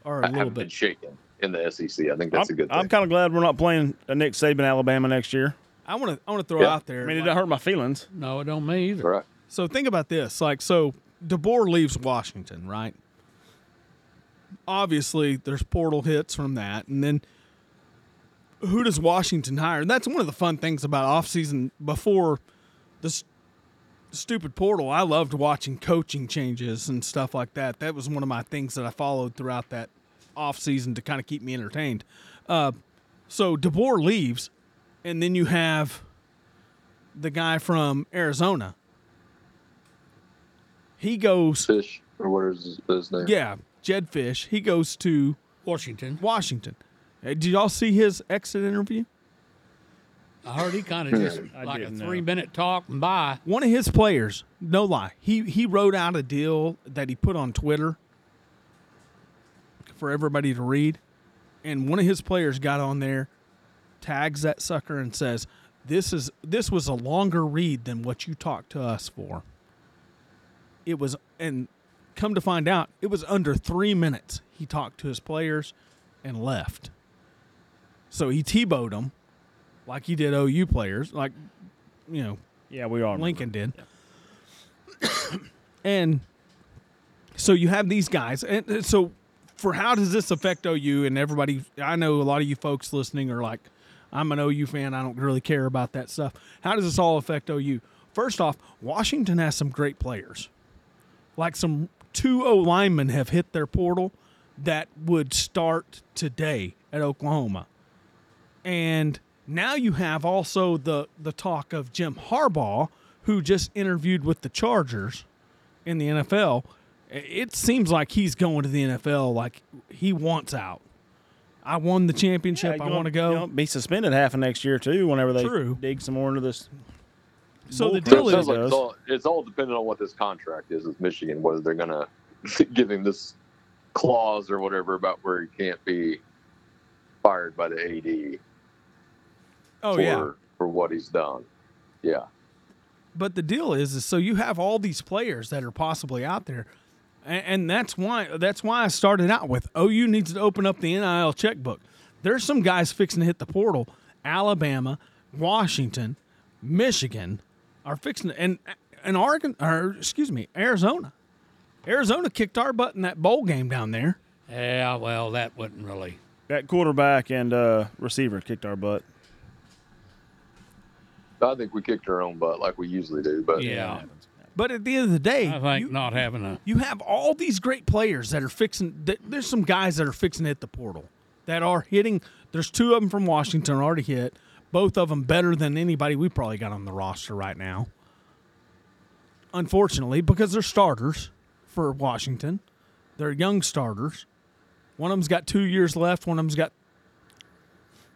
or a little have been bit. shaken in the SEC. I think that's I'm, a good thing. I'm kind of glad we're not playing a Nick Saban Alabama next year. I want to. I want to throw Yeah. out there. I mean, it like- doesn't hurt my feelings. No, it don't me either. right. So think about this. Like, so DeBoer leaves Washington, right? Obviously, there's portal hits from that. And then who does Washington hire? And that's one of the fun things about offseason before this stupid portal. I loved watching coaching changes and stuff like that. That was one of my things that I followed throughout that offseason to kind of keep me entertained. Uh, so DeBoer leaves, and then you have the guy from Arizona. He goes, Fish or what is his, his name? yeah, Jed Fish. He goes to Washington. Washington. Uh, Did y'all see his exit interview? I heard he kind of just I like a didn't know. three minute talk and bye. One of his players, no lie, he he wrote out a deal that he put on Twitter for everybody to read, and one of his players got on there, tags that sucker and says, "This is this was a longer read than what you talked to us for." It was, and come to find out, it was under three minutes. He talked to his players and left. So he T-bowed them, like he did OU players, like you know Yeah, we are. Lincoln did. and so you have these guys. And and so for how does this affect OU and everybody? I know a lot of you folks listening are like, I'm an OU fan. I don't really care about that stuff. How does this all affect OU? First off, Washington has some great players. Like some 2 O linemen have hit their portal that would start today at Oklahoma and now you have also the the talk of Jim Harbaugh, who just interviewed with the Chargers in the NFL. I- It seems like he's going to the NFL like he wants out. I won the championship. I want to go. be suspended half of next year too. Whenever they True. dig some more into this, so the bull So deal it is sounds like it's does. all, it's all dependent on what this contract is with Michigan, whether they're going to give him this clause or whatever about where he can't be fired by the AD oh for, yeah, for what he's done. Yeah. but the deal is, is so you have all these players that are possibly out there, and, and that's why that's why I started out with OU needs to open up the NIL checkbook. There's some guys fixing to hit the portal. Alabama, Washington, Michigan are fixing to, and and Oregon or excuse me Arizona. Arizona kicked our butt in that bowl game down there. Yeah, well, that wasn't really. that quarterback and uh, receiver kicked our butt. I think we kicked our own butt like we usually do, but Yeah. But at the end of the day, I think you, not having a you have all these great players that are fixing. That, there's some guys that are fixing to hit the portal that are hitting. There's two of them from Washington already hit. Both of them better than anybody we probably got on the roster right now. Unfortunately, because they're starters for Washington, they're young starters. One of them's got two years left. One of them's got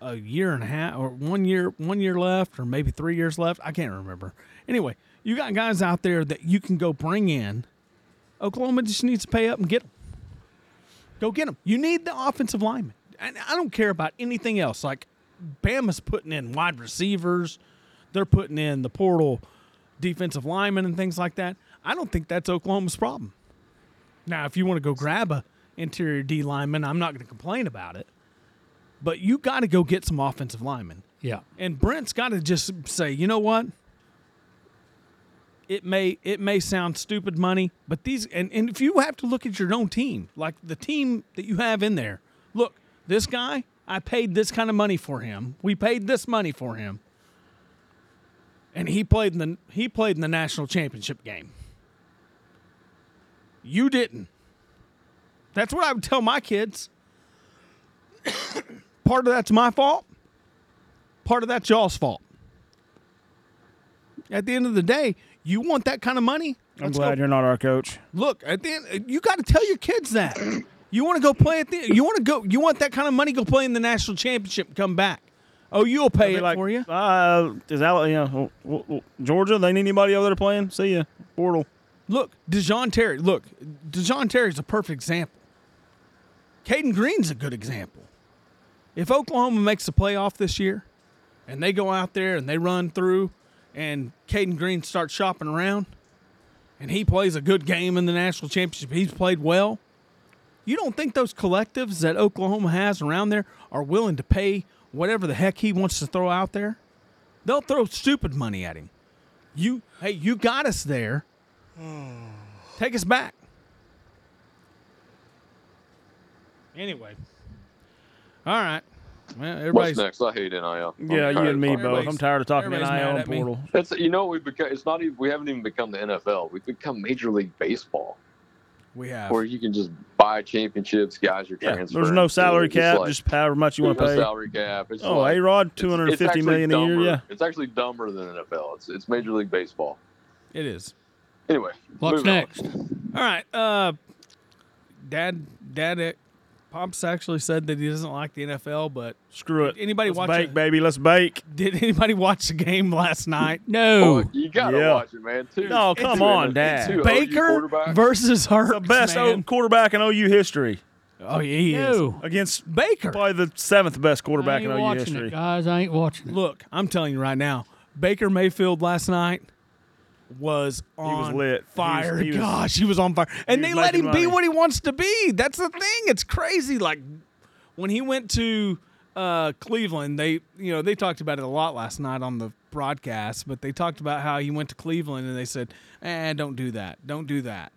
a year and a half or one year one year left or maybe three years left i can't remember anyway you got guys out there that you can go bring in oklahoma just needs to pay up and get them go get them you need the offensive lineman and i don't care about anything else like bama's putting in wide receivers they're putting in the portal defensive linemen and things like that i don't think that's oklahoma's problem now if you want to go grab a interior d lineman i'm not going to complain about it but you got to go get some offensive linemen. yeah. And Brent's got to just say, you know what? It may it may sound stupid money, but these and, and if you have to look at your own team, like the team that you have in there, look, this guy, I paid this kind of money for him. We paid this money for him. And he played in the he played in the national championship game. You didn't. That's what I would tell my kids. Part of that's my fault. Part of that's y'all's fault. At the end of the day, you want that kind of money. I'm glad you're not our coach. Look, at the end, you got to tell your kids that. You want to go play at the. You want to go. You want that kind of money. Go play in the national championship. and Come back. Oh, you'll pay Be it like, for you. Uh, is that you know w- w- w- Georgia? They need anybody over there playing? See ya, portal. Look, Dejon Terry. Look, Dejon Terry's a perfect example. Caden Green's a good example. If Oklahoma makes the playoff this year, and they go out there and they run through, and Caden Green starts shopping around, and he plays a good game in the national championship, he's played well. You don't think those collectives that Oklahoma has around there are willing to pay whatever the heck he wants to throw out there? They'll throw stupid money at him. You, hey, you got us there. Take us back. Anyway. All right. Well, everybody's What's next? I hate NIL. I'm yeah, you tired and me of it. both. I'm tired of talking NIL everybody's mad and at me. portal. It's you know we've become. It's not even. We haven't even become the NFL. We've become Major League Baseball, we have. where you can just buy championships. Guys, you're Yeah, transferring. there's no salary It's just cap. like- just however much you want to no pay. salary cap. It's Oh, like, A Rod, it's- two hundred it's fifty actually million a year. dumber. Yeah, it's actually dumber than NFL. It's it's Major League Baseball. It is. Anyway, What's moving on. next? All right. Uh, Dad, Dad, eh, Pops actually said that he doesn't like the NFL, but screw it. Anybody Let's watch bake, a- baby? Let's bake. did anybody watch the game last night? No. Look, Oh, you gotta Yeah. watch it, man. Two, No, two come in on, the- Dad. two OU Baker quarterbacks. versus Hurts. The best man. o- quarterback in OU history Oh, yeah, he is. No. against Baker. probably the seventh best quarterback I in ain't OU watching it, history. guys. I ain't watching it. Look, I'm telling you right now, Baker Mayfield last night was on was lit. He was- fire. he was- Gosh, he was on fire. And was they let him making be money. what he wants to be. That's the thing. It's crazy. Like when he went to uh, Cleveland, they you know they talked about it a lot last night on the broadcast. But they talked about how he went to Cleveland and they said, "Eh, don't do that. Don't do that."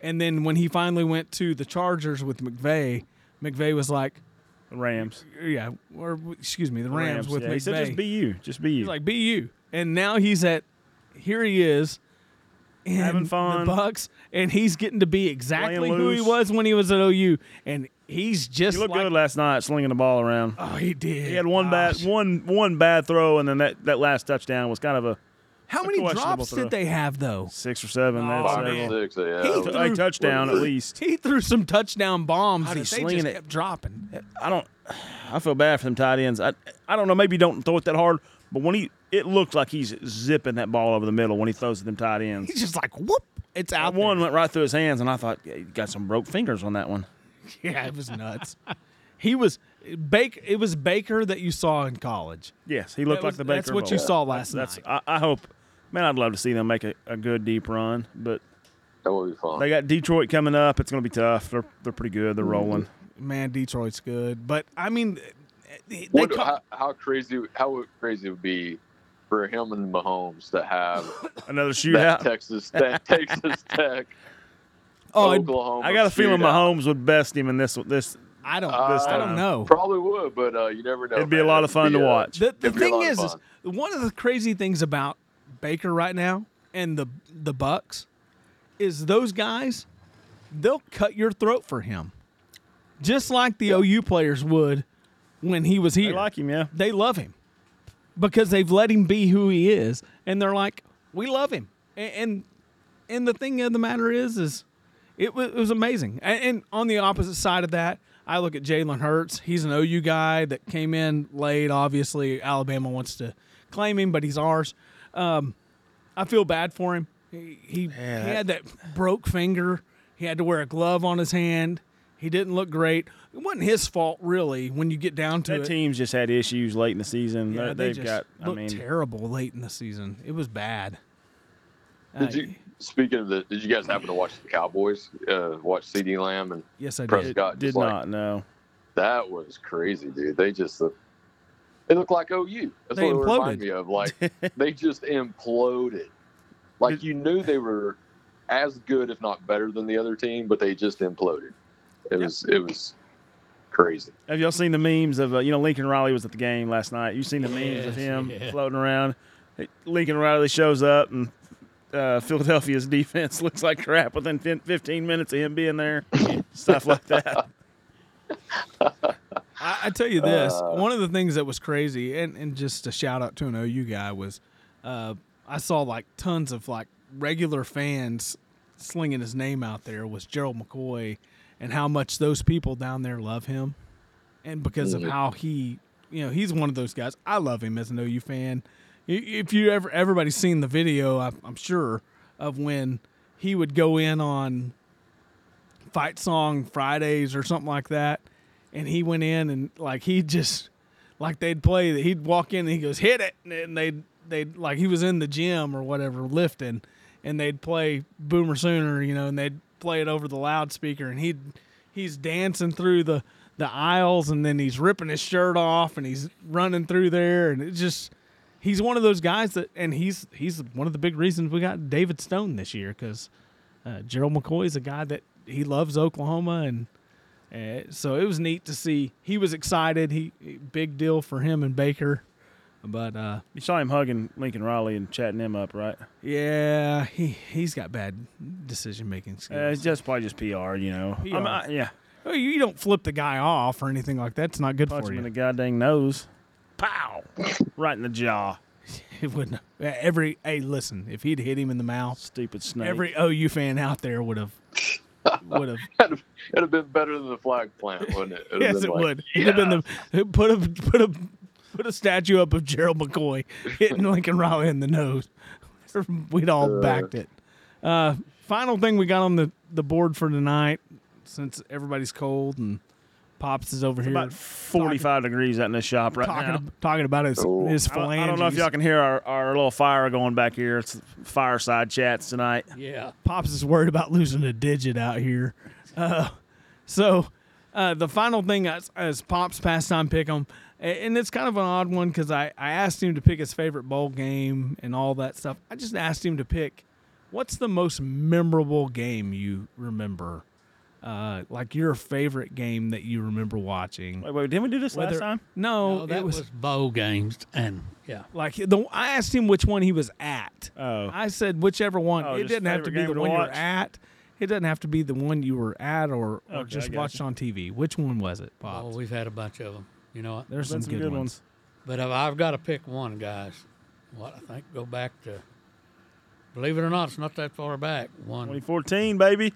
And then when he finally went to the Chargers with McVay, McVay was like, The Rams. "Yeah, or excuse me, the Rams, with yeah. McVay." He said, just be you. Just be you. He's like, be you. And now he's at, here he is, in Having fun. The Bucks, and he's getting to be exactly Playing who he loose. was when he was at OU, and he's just he looked like, good last night, slinging the ball around. oh, he did. He had one bad, Gosh. one one bad throw, and then that, that last touchdown was kind of a How many questionable drops throw. did they have though? six or seven. Oh, that's Five or man. several. six, yeah. He that was- threw- a touchdown at least. He threw some touchdown bombs How'd he that they sling just it? kept dropping. I don't. I feel bad for them tight ends. I I don't know. Maybe you don't throw it that hard, but when he, it looked like he's zipping that ball over the middle when he throws at them tight ends. He's just like, whoop, it's That out. there. one went right through his hands, and I thought yeah, he got some broke fingers on that one. Yeah, it was nuts. he was Baker. It was Baker that you saw in college. Yes, he looked That was- like the Baker. That's what Bowl. you saw last That's. night. I, I hope. Man, I'd love to see them make a, a good deep run, but That would be fun. they got Detroit coming up. It's going to be tough. They're they're pretty good. They're rolling. Man, Detroit's good, but I mean, they What, ca- how, how crazy? How crazy it would be for him and Mahomes to have Another that shootout. Texas that Texas Tech oh, and Oklahoma. I got a feeling shootout. Mahomes would best him in this this I don't. Uh, I don't know. Probably would, but uh, you never know. It'd be a man. lot of fun It'd to be, uh, watch. The, the It'd be a thing lot of is, is, fun. one of the crazy things about Baker right now, and the the Bucks is those guys, they'll cut your throat for him, just like the OU players would when he was here They like him, yeah. they love him because they've let him be who he is and they're like we love him and and, and the thing of the matter is is it was, it was amazing and, and on the opposite side of that i look at jalen hurts he's an ou guy that came in late obviously alabama wants to claim him but he's ours um, i feel bad for him he, he, he had that broke finger he had to wear a glove on his hand he didn't look great it wasn't his fault really when you get down to That it team's just had issues late in the season. They're- they they've just got. I looked mean, terrible late in the season. It was bad. Uh, Did you speaking of the? Did you guys happen to watch the Cowboys? Uh, watch C.D. Lamb and Yes, I did. Prescott. just did like, not know. That was crazy, dude. They just look, they look like OU. That's They what it imploded. reminded me of. Like they just imploded. Like you knew they were as good, if not better, than the other team, but they just imploded. It was it was crazy. Have y'all seen the memes of uh, you know Lincoln Riley was at the game last night? You seen the memes Yes, of him yeah. floating around? Hey, Lincoln Riley shows up and uh, Philadelphia's defense looks like crap within fif- 15 minutes of him being there. Stuff like that. I, I tell you this: Uh, one of the things that was crazy, and, and just a shout out to an OU guy was, uh, I saw like tons of like regular fans slinging his name out there was Gerald McCoy, and how much those people down there love him, and because of Mhm. how he, you know, he's one of those guys. I love him as an OU fan. I- If you ever, everybody's seen the video, I- I'm sure, of when he would go in on fight song Fridays or something like that. And he went in and like he just like they'd play he'd walk in and he goes hit it and they'd they'd like he was in the gym or whatever lifting and they'd play Boomer Sooner, you know, and they'd play it over the loudspeaker and he'd he's dancing through the the aisles and then he's ripping his shirt off and he's running through there and it's just he's one of those guys that and he's he's one of the big reasons we got David Stone this year because uh, Gerald McCoy is a guy that he loves Oklahoma, and uh, so it was neat to see. He was excited. He big deal for him and Baker, but uh, You saw him hugging Lincoln Riley and chatting him up, right? yeah, he he's got bad decision making skills. Uh, it's just probably just PR, you know. PR. I'm- I- yeah, Well, you don't flip the guy off or anything like that. It's not good punch for him in the you. goddamn nose. Pow! right in the jaw. It wouldn't. Every hey, listen, if he'd hit him in the mouth, Stupid snake. every OU fan out there would have would have That'd, that'd have been better than the flag plant, wouldn't it? It'd have Yes, been it like, would. It'd have been the put a put a put a statue up of Gerald McCoy hitting Lincoln Riley in the nose. We'd all backed it. Uh, final thing we got on the, the board for tonight, since everybody's cold and pops is over here about 45 degrees out in this shop right talking now. ab- talking about his Oh. his I don't, I don't know if phalanges. y'all can hear our, our little fire going back here. It's fireside chats tonight. Yeah. Pops is worried about losing a digit out here. Uh, so uh, the final thing is, is Pops' pastime pick 'em, A- and it's kind of an odd one because I, I asked him to pick his favorite bowl game and all that stuff. I just asked him to pick what's the most memorable game you remember, uh, like your favorite game that you remember watching. Wait, wait, didn't we do this last Whether- time? No, that it oh, was, bowl games and yeah. like the I asked him which one he was at. Oh. I said whichever one. Oh, it just didn't have to be the favorite game to one you were watch? at. It doesn't have to be the one you were at or, or Okay, just I gotcha. watched on TV. Which one was it, Bob? Oh, we've had a bunch of them. You know what? There's some, Been good, ones. But I've, I've got to pick one, guys. What I think go back to. Believe it or not, it's not that far back. One. 2014, baby.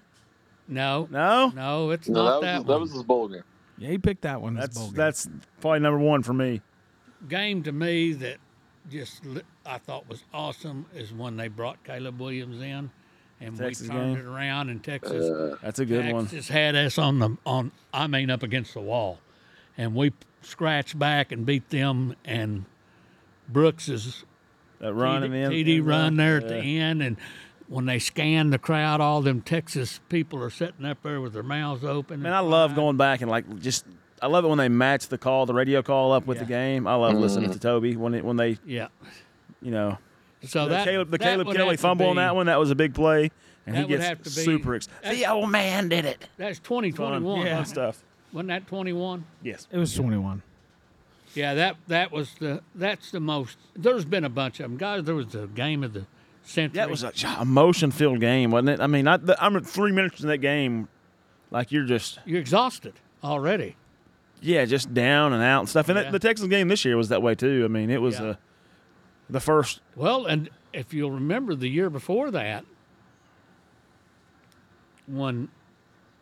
No. No, No, it's No, not that, that, was, that one. was his bowl game. Yeah, he picked that one. as bowl that's game. that's probably number one for me. game to me that just li- I thought was awesome is when they brought Caleb Williams in, and Texas we turned game. it around in Texas. Uh, That's a good one. Texas had us on the on I mean up against the wall, and we scratched back and beat them. And Brooks's That run and TD, then TD run there at the Yeah. end, and when they scanned the crowd, all them Texas people are sitting up there with their mouths open. Man, I love Uh-huh. going back and like just. I love it when they match the call, the radio call up with the Yeah. game. I love listening to Toby when it, when they, yeah. you know, So the that Caleb, the that Caleb would Kelly have to fumble on be- that one. That was a big play, and he That would have gets to be- super excited. The old man did it. That's twenty Fun, twenty one. Yeah. fun stuff. Wasn't that twenty one? Yes. it was 21. Yeah, that that was the that's the most. There's been a bunch of them, guys. There was the game of the century. That was a emotion filled game, wasn't it? I mean, I, the, I'm at three minutes in that game, like you're just You're exhausted already. yeah, just down and out and stuff. And Yeah. that, the Texans game this year was that way too. I mean, it was Yeah. uh, the first Well, and if you'll remember the year before that, when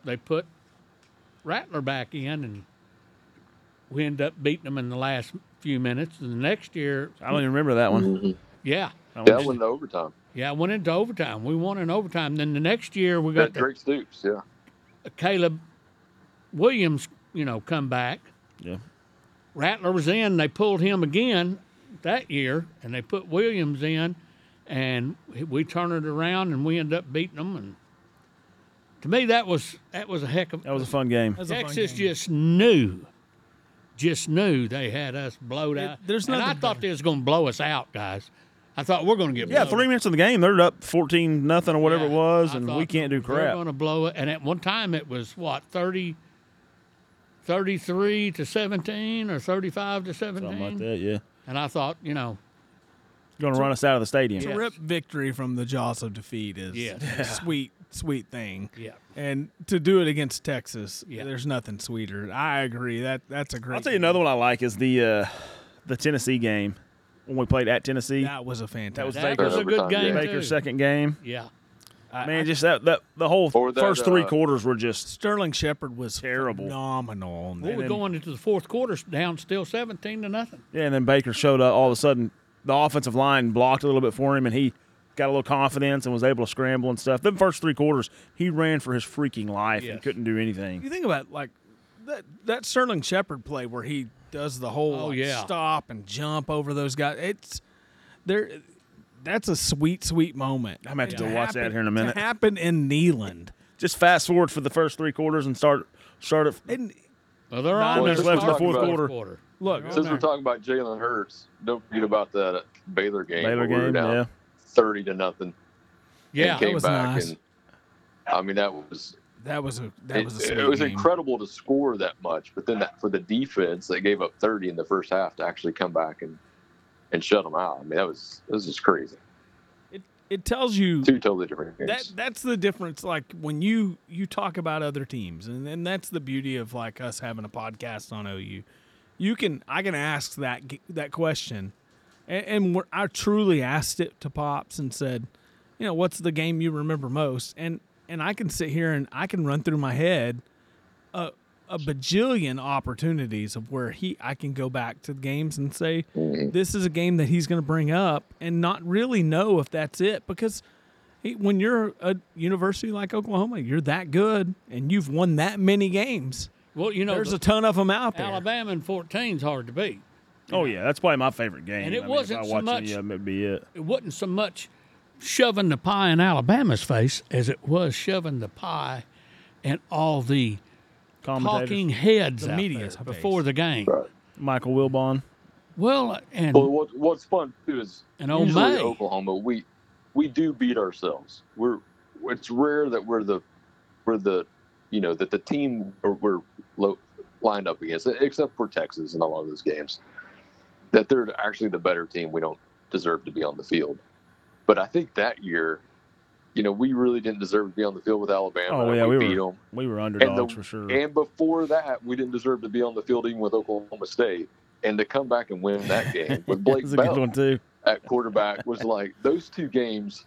they put Rattler back in and we end up beating them in the last few minutes. And the next year, I don't even remember that one. yeah, Oh, That That one- went to overtime. yeah, went into overtime. We won in overtime. Then the next year, we That got Drake Stoops, yeah. Caleb Williams, you know, come back. Yeah. Rattler was in. They pulled him again that year, and they put Williams in, and we turned it around, and we ended up beating them. And to me, that was that was a heck of That was a fun game. That's a fun Texas game. just knew, just knew they had us blowed out. there's and I nothing thought better. they was going to blow us out, guys. I thought we're going to get Yeah, blown three minutes of the game, they're up fourteen nothing or whatever it yeah, was, I and we thought can't do They're crap. going to blow it. And at one time, it was what 30, 33 to seventeen or thirty-five to seventeen. Something like that. Yeah, And I thought, you know, going to run us out of the stadium. Yeah. Rip victory from the jaws of defeat is Yes. a sweet, sweet thing. Yeah. And to do it against Texas, Yeah. there's nothing sweeter. I agree. That that's a great. I'll tell you another one I like is the uh, the Tennessee game when we played at Tennessee. That was a fantastic. that Baker. was a good Overtime, game. yeah. Baker's too. second game. Yeah. Man, just that, that the whole Or that, first three uh, quarters were just Sterling Shepard was Terrible. phenomenal. We were then- going into the fourth quarter down still 17 to nothing. yeah. And then Baker showed up all of a sudden. The offensive line blocked a little bit for him, and he got a little confidence and was able to scramble and stuff. Then first three quarters, he ran for his freaking life Yes. and couldn't do anything. You think about like that that Sterling Shepard play where he does the whole Oh, like, yeah. stop and jump over those guys. It's there. That's a sweet, sweet moment. I'm gonna have to To go watch that happen- here in a to minute. happen in Neyland. Just fast forward for the first three quarters and start start at And Well, they're Nine all minutes left in the fourth quarter. look, Since we're talking about Jalen Hurts, don't forget about that Baylor game. where Baylor we were game. down Yeah, thirty to nothing. Yeah. and came was back nice. and I mean that was that was a that it, was a it sweet was game. incredible to score that much, but then that for the defense they gave up thirty in the first half to actually come back and and shut them out. I mean that was that was just crazy. It, it tells you Two totally different games. that that's the difference. Like when you you talk about other teams, and and that's the beauty of like us having a podcast on OU. You can I can ask that g- that question, and, and we're, I truly asked it to pops and said, you know, what's the game you remember most? And and I can sit here and I can run through my head a a bajillion opportunities of where he I can go back to the games and say this is a game that he's going to bring up and not really know if that's it because he, when you're a university like Oklahoma, you're that good and you've won that many games. Well, you know, There's the a ton of them out there. Alabama in 14 is hard to beat. Oh yeah, that's probably my favorite game. And it I mean, wasn't if I so watch much- Any of them, it'd be it. It wasn't so much shoving the pie in Alabama's face as it was shoving the pie and all the Commentators, talking heads The out media's there face. before the game. Right. Michael Wilbon. Well, and Well, what, what's fun too is And Oh, usually Omay. Oklahoma. We we do beat ourselves. We're it's rare that we're the we're the you know that the team we're- we're lo- lined up against, except for Texas in a lot of those games, that they're actually the better team. We don't deserve to be on the field. But I think that year, you know, we really didn't deserve to be on the field with Alabama. Oh, yeah, we were- beat them. We were underdogs for sure. And before that, we didn't deserve to be on the field even with Oklahoma State. And to come back and win that game with That Blake was a Bell good one too. at quarterback was like those two games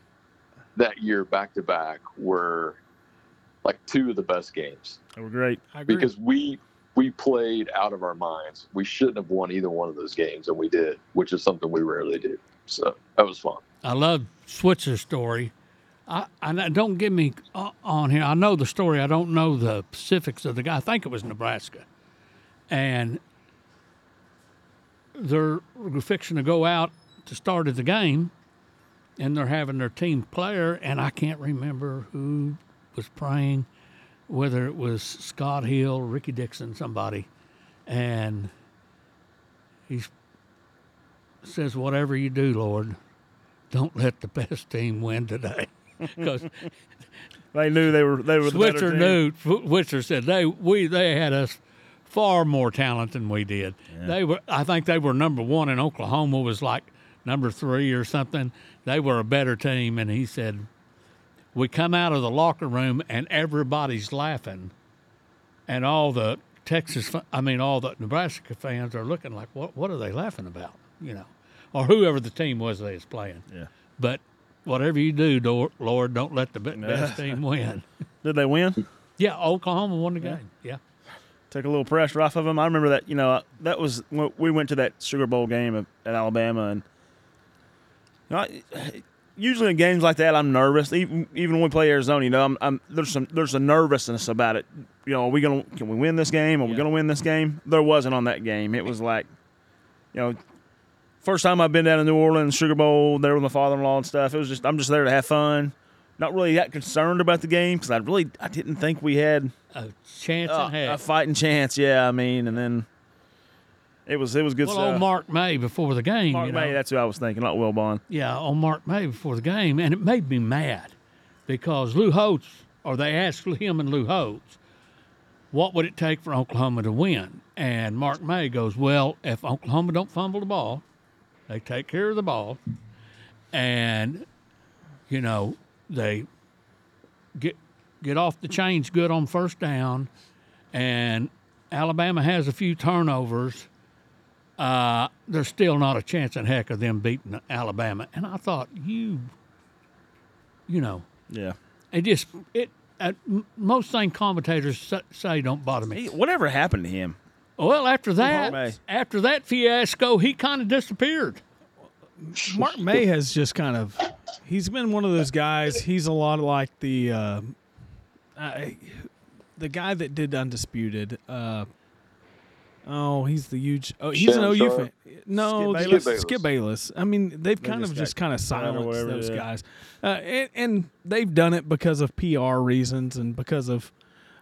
that year back to back were like two of the best games They were great. I agree. because we we played out of our minds. We shouldn't have won either one of those games, and we did, which is something we rarely do. So that was fun. I love Switzer's story. I, I I- don't get me o- on here. I know the story. I don't know the specifics of the guy. I think it was Nebraska, and they're fixing to go out to start of the game, and they're having their team player, and I can't remember who was praying, whether it was Scott Hill, Ricky Dixon, somebody, and he says, "Whatever you do, Lord." don't let the best team win today. Because They knew they were they were the better Switzer team. knew, Switzer said they we they had us far more talent than we did. They were, I think they were number one in Oklahoma was like number three or something. They were a better team, and he said, "We come out of the locker room and everybody's laughing, and all the Texas, fa- I mean, all the Nebraska fans are looking like, what? What are they laughing about? You know, or whoever the team was they was playing. Yeah. But whatever you do, Dor- Lord, don't let the be- best team win. Did they win? Yeah, Oklahoma won the game. Yeah. Took a little pressure off of them. I remember that. You know, that was when we went to that Sugar Bowl game at, at Alabama, and you know, I- usually in games like that, I'm nervous. Even even when we play Arizona, you know, I'm, I'm there's some there's a nervousness about it. You know, are we gonna can we win this game? Are we Yeah. gonna win this game? There wasn't on that game. It was like, you know, first time I've been down to New Orleans, Sugar Bowl, there with my father-in-law and stuff. It was just I'm just there to have fun. Not really that concerned about the game because I really I didn't think we had A chance uh, and a half. a fighting chance. Yeah, I mean, and then it was it was uh, good well, stuff. old Mark May before the game. Mark you know. May, that's who I was thinking, not Will Bond. Yeah, on Mark May before the game, and it made me mad because Lou Holtz, or they asked him and Lou Holtz, what would it take for Oklahoma to win? And Mark May goes, well, if Oklahoma don't fumble the ball, they take care of the ball, and you know they get get off the chains good on first down, and Alabama has a few turnovers uh, there's still not a chance in heck of them beating Alabama. And I thought, you, you know, Yeah. it just it. Uh, m- most thing commentators sa- say don't bother me. He, whatever happened to him? Well, after May. that, after that fiasco, he kind of disappeared. Mark May has just kind of he's been one of those guys. He's a lot like the uh, I, the guy that did Undisputed. Uh, oh, he's the huge. Oh, he's an Shannon OU fan. Sharp? No, Skip the- Bayless? Skip Bayless. I mean, they've kind just of just got kind of cut out or silenced whatever, those yeah. guys, uh, and, and they've done it because of PR reasons and because of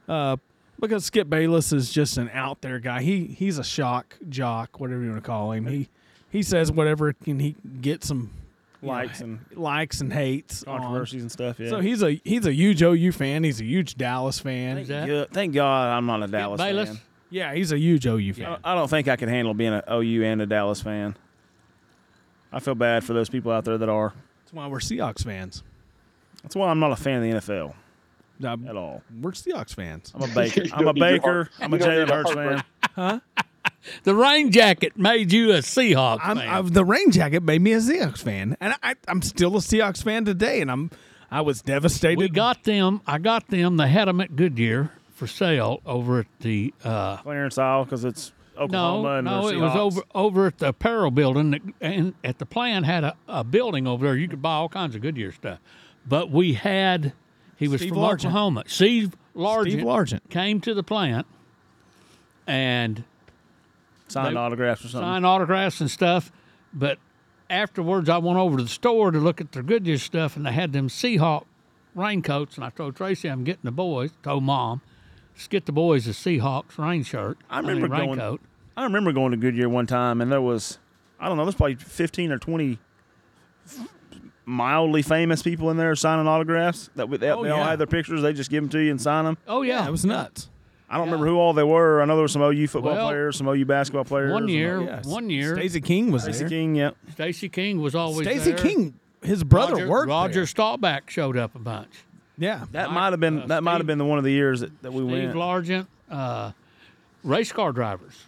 uh, because Skip Bayless is just an out there guy. He he's a shock jock, whatever you want to call him. He he says whatever can he get some you know, Likes and likes and hates on. controversies and stuff. Yeah. So he's a he's a huge OU fan. He's a huge Dallas fan. Exactly. Yeah, thank God I'm not a Dallas Bayless. fan. Yeah, he's a huge OU fan. I I don't think I could handle being an OU and a Dallas fan. I feel bad for those people out there that are. That's why we're Seahawks fans. That's why I'm not a fan of the NFL Uh, at all. we're Seahawks fans. I'm a Baker. You I'm a don't need your Baker. heart- I'm a you don't Jalen need your Hurts heartbreak. fan. The rain jacket made you a Seahawk I'm, fan. i the rain jacket made me a Seahawks fan, and I, I'm still a Seahawks fan today. And I'm I was devastated. we got them. I got them. They had them at Goodyear for sale over at the uh, Clarence Isle because it's Oklahoma No, and no, we're it was Seahawks. over over at the apparel building, that, and at the plant had a, a building over there. You could buy all kinds of Goodyear stuff, but we had he was Steve from Largent. Oklahoma. Steve Steve Largent Largent. came to the plant and signed they- autographs or something. signed autographs and stuff. But afterwards, I went over to the store to look at their Goodyear stuff, and they had them Seahawk raincoats. And I told Tracy, "I'm getting the boys." Told Mom, "Let's get the boys a Seahawks rain shirt." I mean, remember going- raincoat. I remember going to Goodyear one time, and there was, I don't know, there's probably 15 or 20 mildly famous people in there signing autographs. That we, they, Oh, they all yeah. had their pictures. They just give them to you and sign them. Oh yeah, It was nuts. I don't remember who all they were. I know there were some OU football Well, players, some OU basketball players. One and- year, Yes. one year, Stacy, Stacey King was Stacey there. King, yeah. King was always Stacey there. King, his brother Roger, worked. Roger there. Staubach showed up a bunch. Yeah. That Mike, might have been uh, that might have Steve- been the one of the years that, that we Steve went. Largent, uh, race car drivers.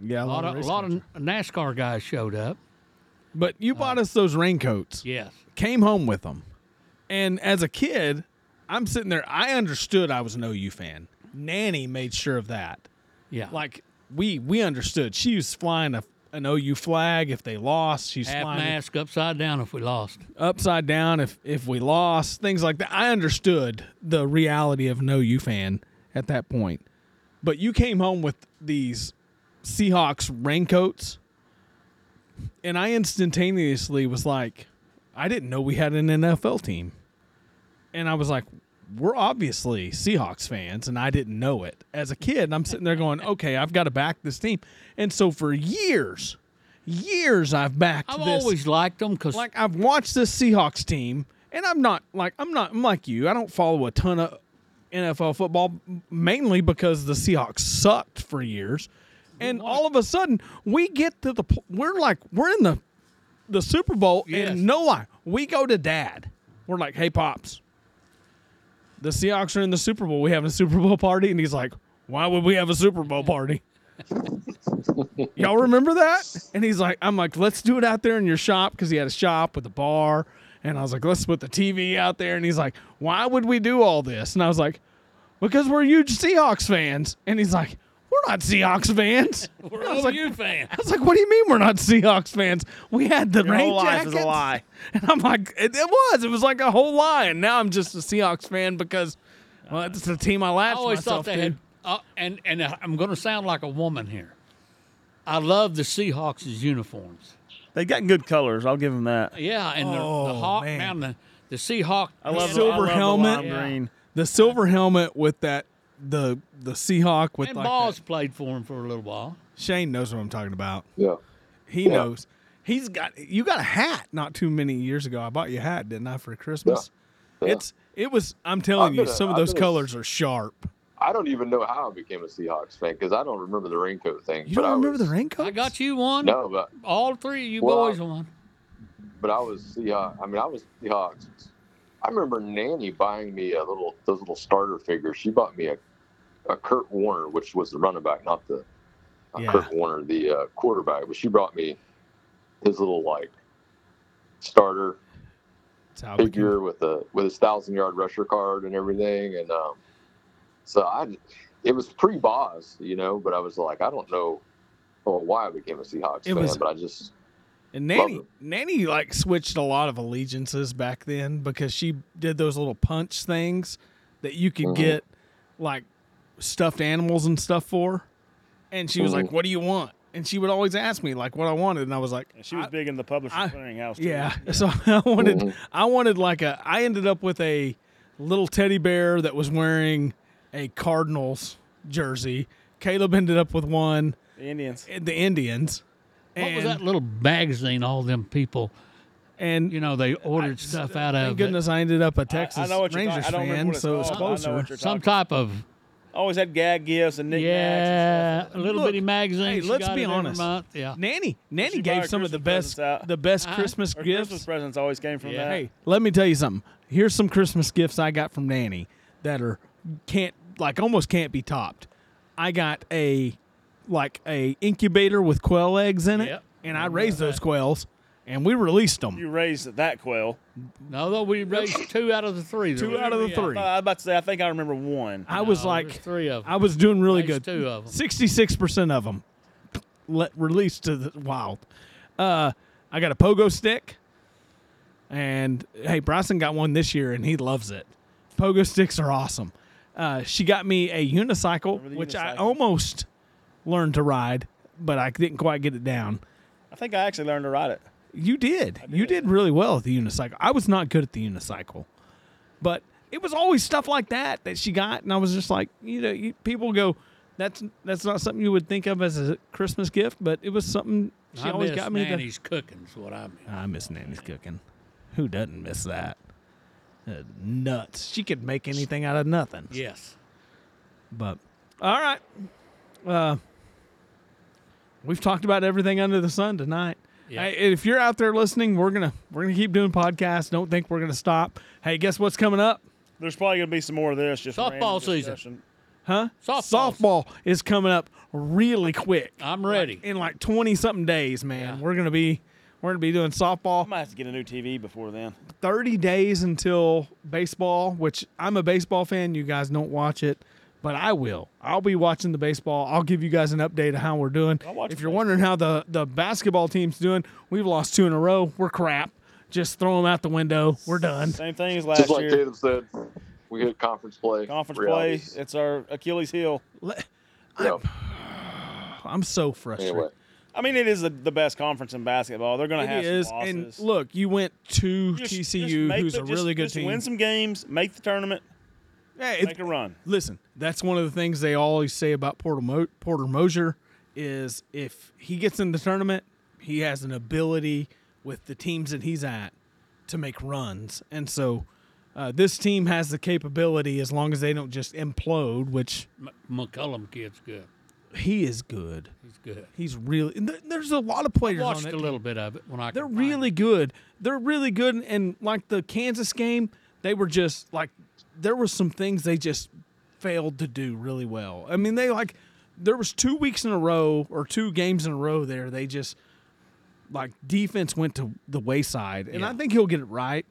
Yeah. A lot of, a lot of uh, NASCAR guys showed up. But you bought us those raincoats. Yes. Came home with them, and as a kid, I'm sitting there. I understood I was an OU fan. Nanny made sure of that. Yeah. Like we we understood. She was flying a, an OU flag if they lost. She's half flying it mask upside down if we lost. upside down if if we lost. Things like that. I understood the reality of an OU fan at that point. But you came home with these Seahawks raincoats, and I instantaneously was like, I didn't know we had an NFL team. And I was like, we're obviously Seahawks fans, and I didn't know it as a kid. And I'm sitting there going, okay, I've got to back this team. And so for years, years, I've backed I've this. always liked them because like, I've watched this Seahawks team, and I'm not like, I'm not, I'm like you. I don't follow a ton of NFL football, mainly because the Seahawks sucked for years. And all of a sudden, we get to the, pl- we're like, we're in the the Super Bowl, Yes. and no lie, we go to Dad. We're like, "Hey, pops, the Seahawks are in the Super Bowl. We having a Super Bowl party?" And he's like, "Why would we have a Super Bowl party?" Y'all remember that? And he's like, "I'm like, let's do it out there in your shop because he had a shop with a bar." And I was like, "Let's put the TV out there." And he's like, "Why would we do all this?" And I was like, "Because we're huge Seahawks fans." And he's like, "We're not Seahawks fans." We're I was OU like, fans. I was like, "What do you mean we're not Seahawks fans? We had the Your rain whole life jackets." is a lie. And I'm like, it, it was. It was like a whole lie. And now I'm just a Seahawks fan because, well, it's the team I I latched always myself thought they to. had, uh, and and I'm going to sound like a woman here. I love the Seahawks' uniforms. They got good colors. I'll give them that. Yeah, and the, Oh, the hawk man. man. the the Seahawk. I love Silver I love helmet. The lime green. the silver helmet with that the the Seahawk with and like Balls that- played for him for a little while. Shane knows what I'm talking about. Yeah. He knows. He's got you got a hat not too many years ago. I bought you a hat, didn't I, for Christmas? Yeah. It's it was. I'm telling I've you, been a- some of I've those been a- colors are sharp. I don't even know how I became a Seahawks fan because I don't remember the raincoat thing. You but don't I remember was, the raincoat? I got you one. No, but All three of you Well, boys I- one. but I was Seahawks. I mean, I was Seahawks. I remember Nanny buying me a little those little starter figures. She bought me a, a Kurt Warner, which was the running back, not the not Yeah. Kurt Warner, the uh, quarterback. But she brought me his little like starter That's how I became- figure with a with his thousand yard rusher card and everything. And um, so I, it was pre Boz, you know. But I was like, I don't know, well, why I became a Seahawks It fan, was- but I just And Love Nanny, it. Nanny like switched a lot of allegiances back then because she did those little punch things that you could Mhm. get like stuffed animals and stuff for. And she was like, Mhm. "What do you want?" And she would always ask me like what I wanted, and I was like, And she was I- big in the publisher I- clearinghouse. too. yeah. So I wanted, Mhm. I wanted like a. I ended up with a little teddy bear that was wearing a Cardinals jersey. Caleb ended up with one. The Indians. The Indians. What was and, that little magazine? All them people, And you know, they ordered stuff out of. uh, Thank that- goodness I ended up a Texas know what you're Rangers talking- I don't remember fan, what it's so it's called. I know closer. what you're Some talking type of Always had gag gifts and knickknacks. And yeah, stuff. a little Look, bitty magazine. hey, She let's got be it every honest. month, Yeah, Nanny, Nanny She bought gave her some of the Christmas best, presents out. the best Uh-huh. Christmas Her gifts. Christmas presents always came from Yeah. that. Hey, let me tell you something. Here's some Christmas gifts I got from Nanny that are can't like almost can't be topped. I got a like a incubator with quail eggs in it, Yep. and I raised those quails, and we released them. You raised that quail. no, though we raised two out of the three. that Two we- out of the yeah. I three. thought- I was about to say, I think I remember one. I was No, like there's three of them. I was doing really Raised good. two of 'em. Sixty-six percent of them let released to the wild. Uh, I got a pogo stick, and hey, Bryson got one this year, and he loves it. Pogo sticks are awesome. Uh, she got me a unicycle, the which I unicycle? almost learned to ride, but I didn't quite get it down. I think I actually learned to ride it. You did. You did really well at the unicycle. I was not good at the unicycle, but it was always stuff like that that she got, and I was just like, you know, you, people go, that's that's not something you would think of as a Christmas gift, but it was something she I always miss got me. that- Nanny's cooking. Is what I mean. I miss Nanny's cooking. Who doesn't miss that? Uh, nuts. She could make anything out of nothing. Yes. But all right, uh, we've talked about everything under the sun tonight. Yeah. Hey, if you're out there listening, we're gonna we're gonna keep doing podcasts. Don't think we're gonna stop. Hey, guess what's coming up? There's probably going to be some more of this. Just Softball random season. discussion. Huh? Softball. Softball is coming up really quick. I'm ready. In like twenty something days, man. Yeah. We're gonna be we're gonna be doing I softball. might have to get a new TV before then. Thirty days until baseball, which I'm a baseball fan. You guys don't watch it. But I will. I'll be watching the baseball. I'll give you guys an update of how we're doing. I'll watch If you're baseball. wondering how the, the basketball team's doing, we've lost two in a row. We're crap. Just throw them out the window. We're done. Same thing as last just like year. Caleb said, we hit conference play. Conference play. realities. It's our Achilles heel. Le- Yeah. I'm so frustrated. Anyway, I mean, it is the, the best conference in basketball. They're going to have It is, some losses. and look, you went to Just- just TCU, make who's the- a just- really good just team. Win some games, make the tournament, Hey, make a run. listen, that's one of the things they always say about Porter, Mo- Porter Mosier is if he gets in the tournament, he has an ability with the teams that he's at to make runs, and so. Uh, this team has the capability as long as they don't just implode, which M- McCullum kid's good. he is good. He's good. He's really. And there- there's a lot of players on Watched that a little bit of it when I. could They're find really it. good. They're really good. And like the Kansas game, they were just like there were some things they just failed to do really well. I mean, they like there was two weeks in a row or two games in a row there they just like defense went to the wayside. And I Yeah. think he'll get it right.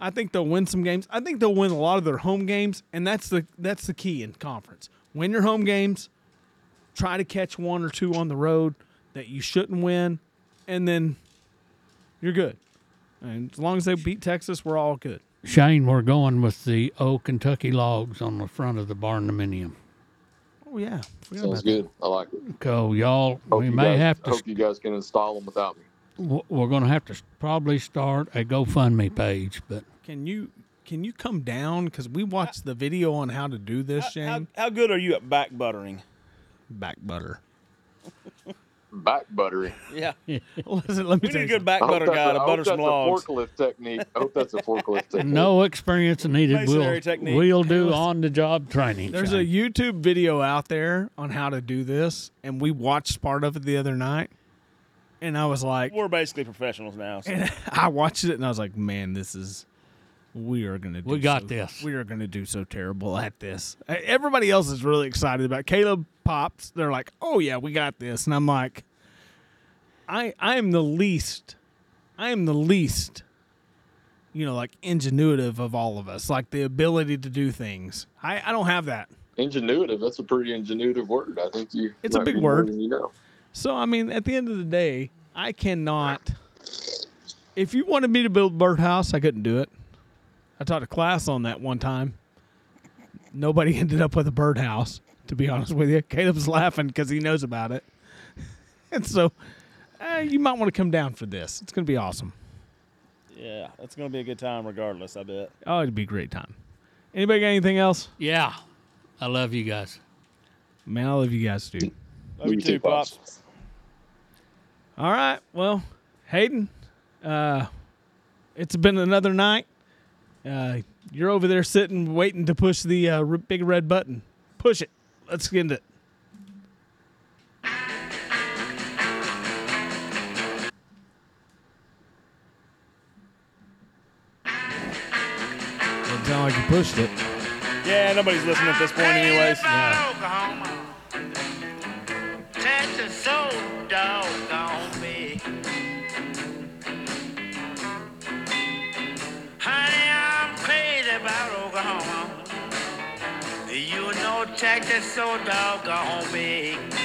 I think they'll win some games. I think they'll win a lot of their home games, and that's the that's the key in conference. Win your home games, try to catch one or two on the road that you shouldn't win, and then you're good. And as long as they beat Texas, we're all good. Shane, we're going with the old Kentucky logs on the front of the barn dominium. Oh yeah, Forgot Sounds about that. good. I like it. So y'all, Hope we you may guys- have to. Hope you guys can install them without me. w- We're going to have to s- probably start a GoFundMe page, but Can you can you come down? Because we watched the video on how to do this, How, Shane. how good are you at back buttering? Back butter. Back buttery. Yeah. Listen, let me We tell need a you. good something. back I hope butter that's guy a- to I butter hope some that's logs. a forklift technique. I hope that's a forklift technique. no experience needed. Masonry We'll technique. we'll do on the job training. There's a Shane. YouTube video out there on how to do this, and we watched part of it the other night, and I was like, We're basically professionals now. So. I watched it and I was like, man, this is we are gonna do We got so- this. We are gonna do so terrible at this. E- Everybody else is really excited about it. Caleb pops. They're like, oh yeah, we got this, and I'm like, I I am the least, I am the least, you know, like ingenuitive of all of us. Like the ability to do things. I I don't have that. Ingenuitive. That's a pretty ingenuitive word. I think you. It's a might big be more word. than You know. So I mean, at the end of the day, I cannot. If you wanted me to build a birdhouse, I couldn't do it. I taught a class on that one time. Nobody ended up with a birdhouse. To be honest with you, Caleb's laughing because he knows about it. And so, eh, you might want to come down for this. It's going to be awesome. Yeah, that's going to be a good time regardless, I bet. Oh, it'd be a great time. Anybody got anything else? yeah. I love you guys. Man, I love you guys, dude. Love you too, Pops. All right. Well, Hayden, uh, it's been another night. Uh, you're over there sitting, waiting to push the uh, r- big red button. Push it. Let's get into it. Doesn't sound like you pushed it. Yeah, nobody's listening at this point Crazy anyways. about Oklahoma. Texas so doggone big. Honey, I'm crazy about Oklahoma. You know Texas so doggone big.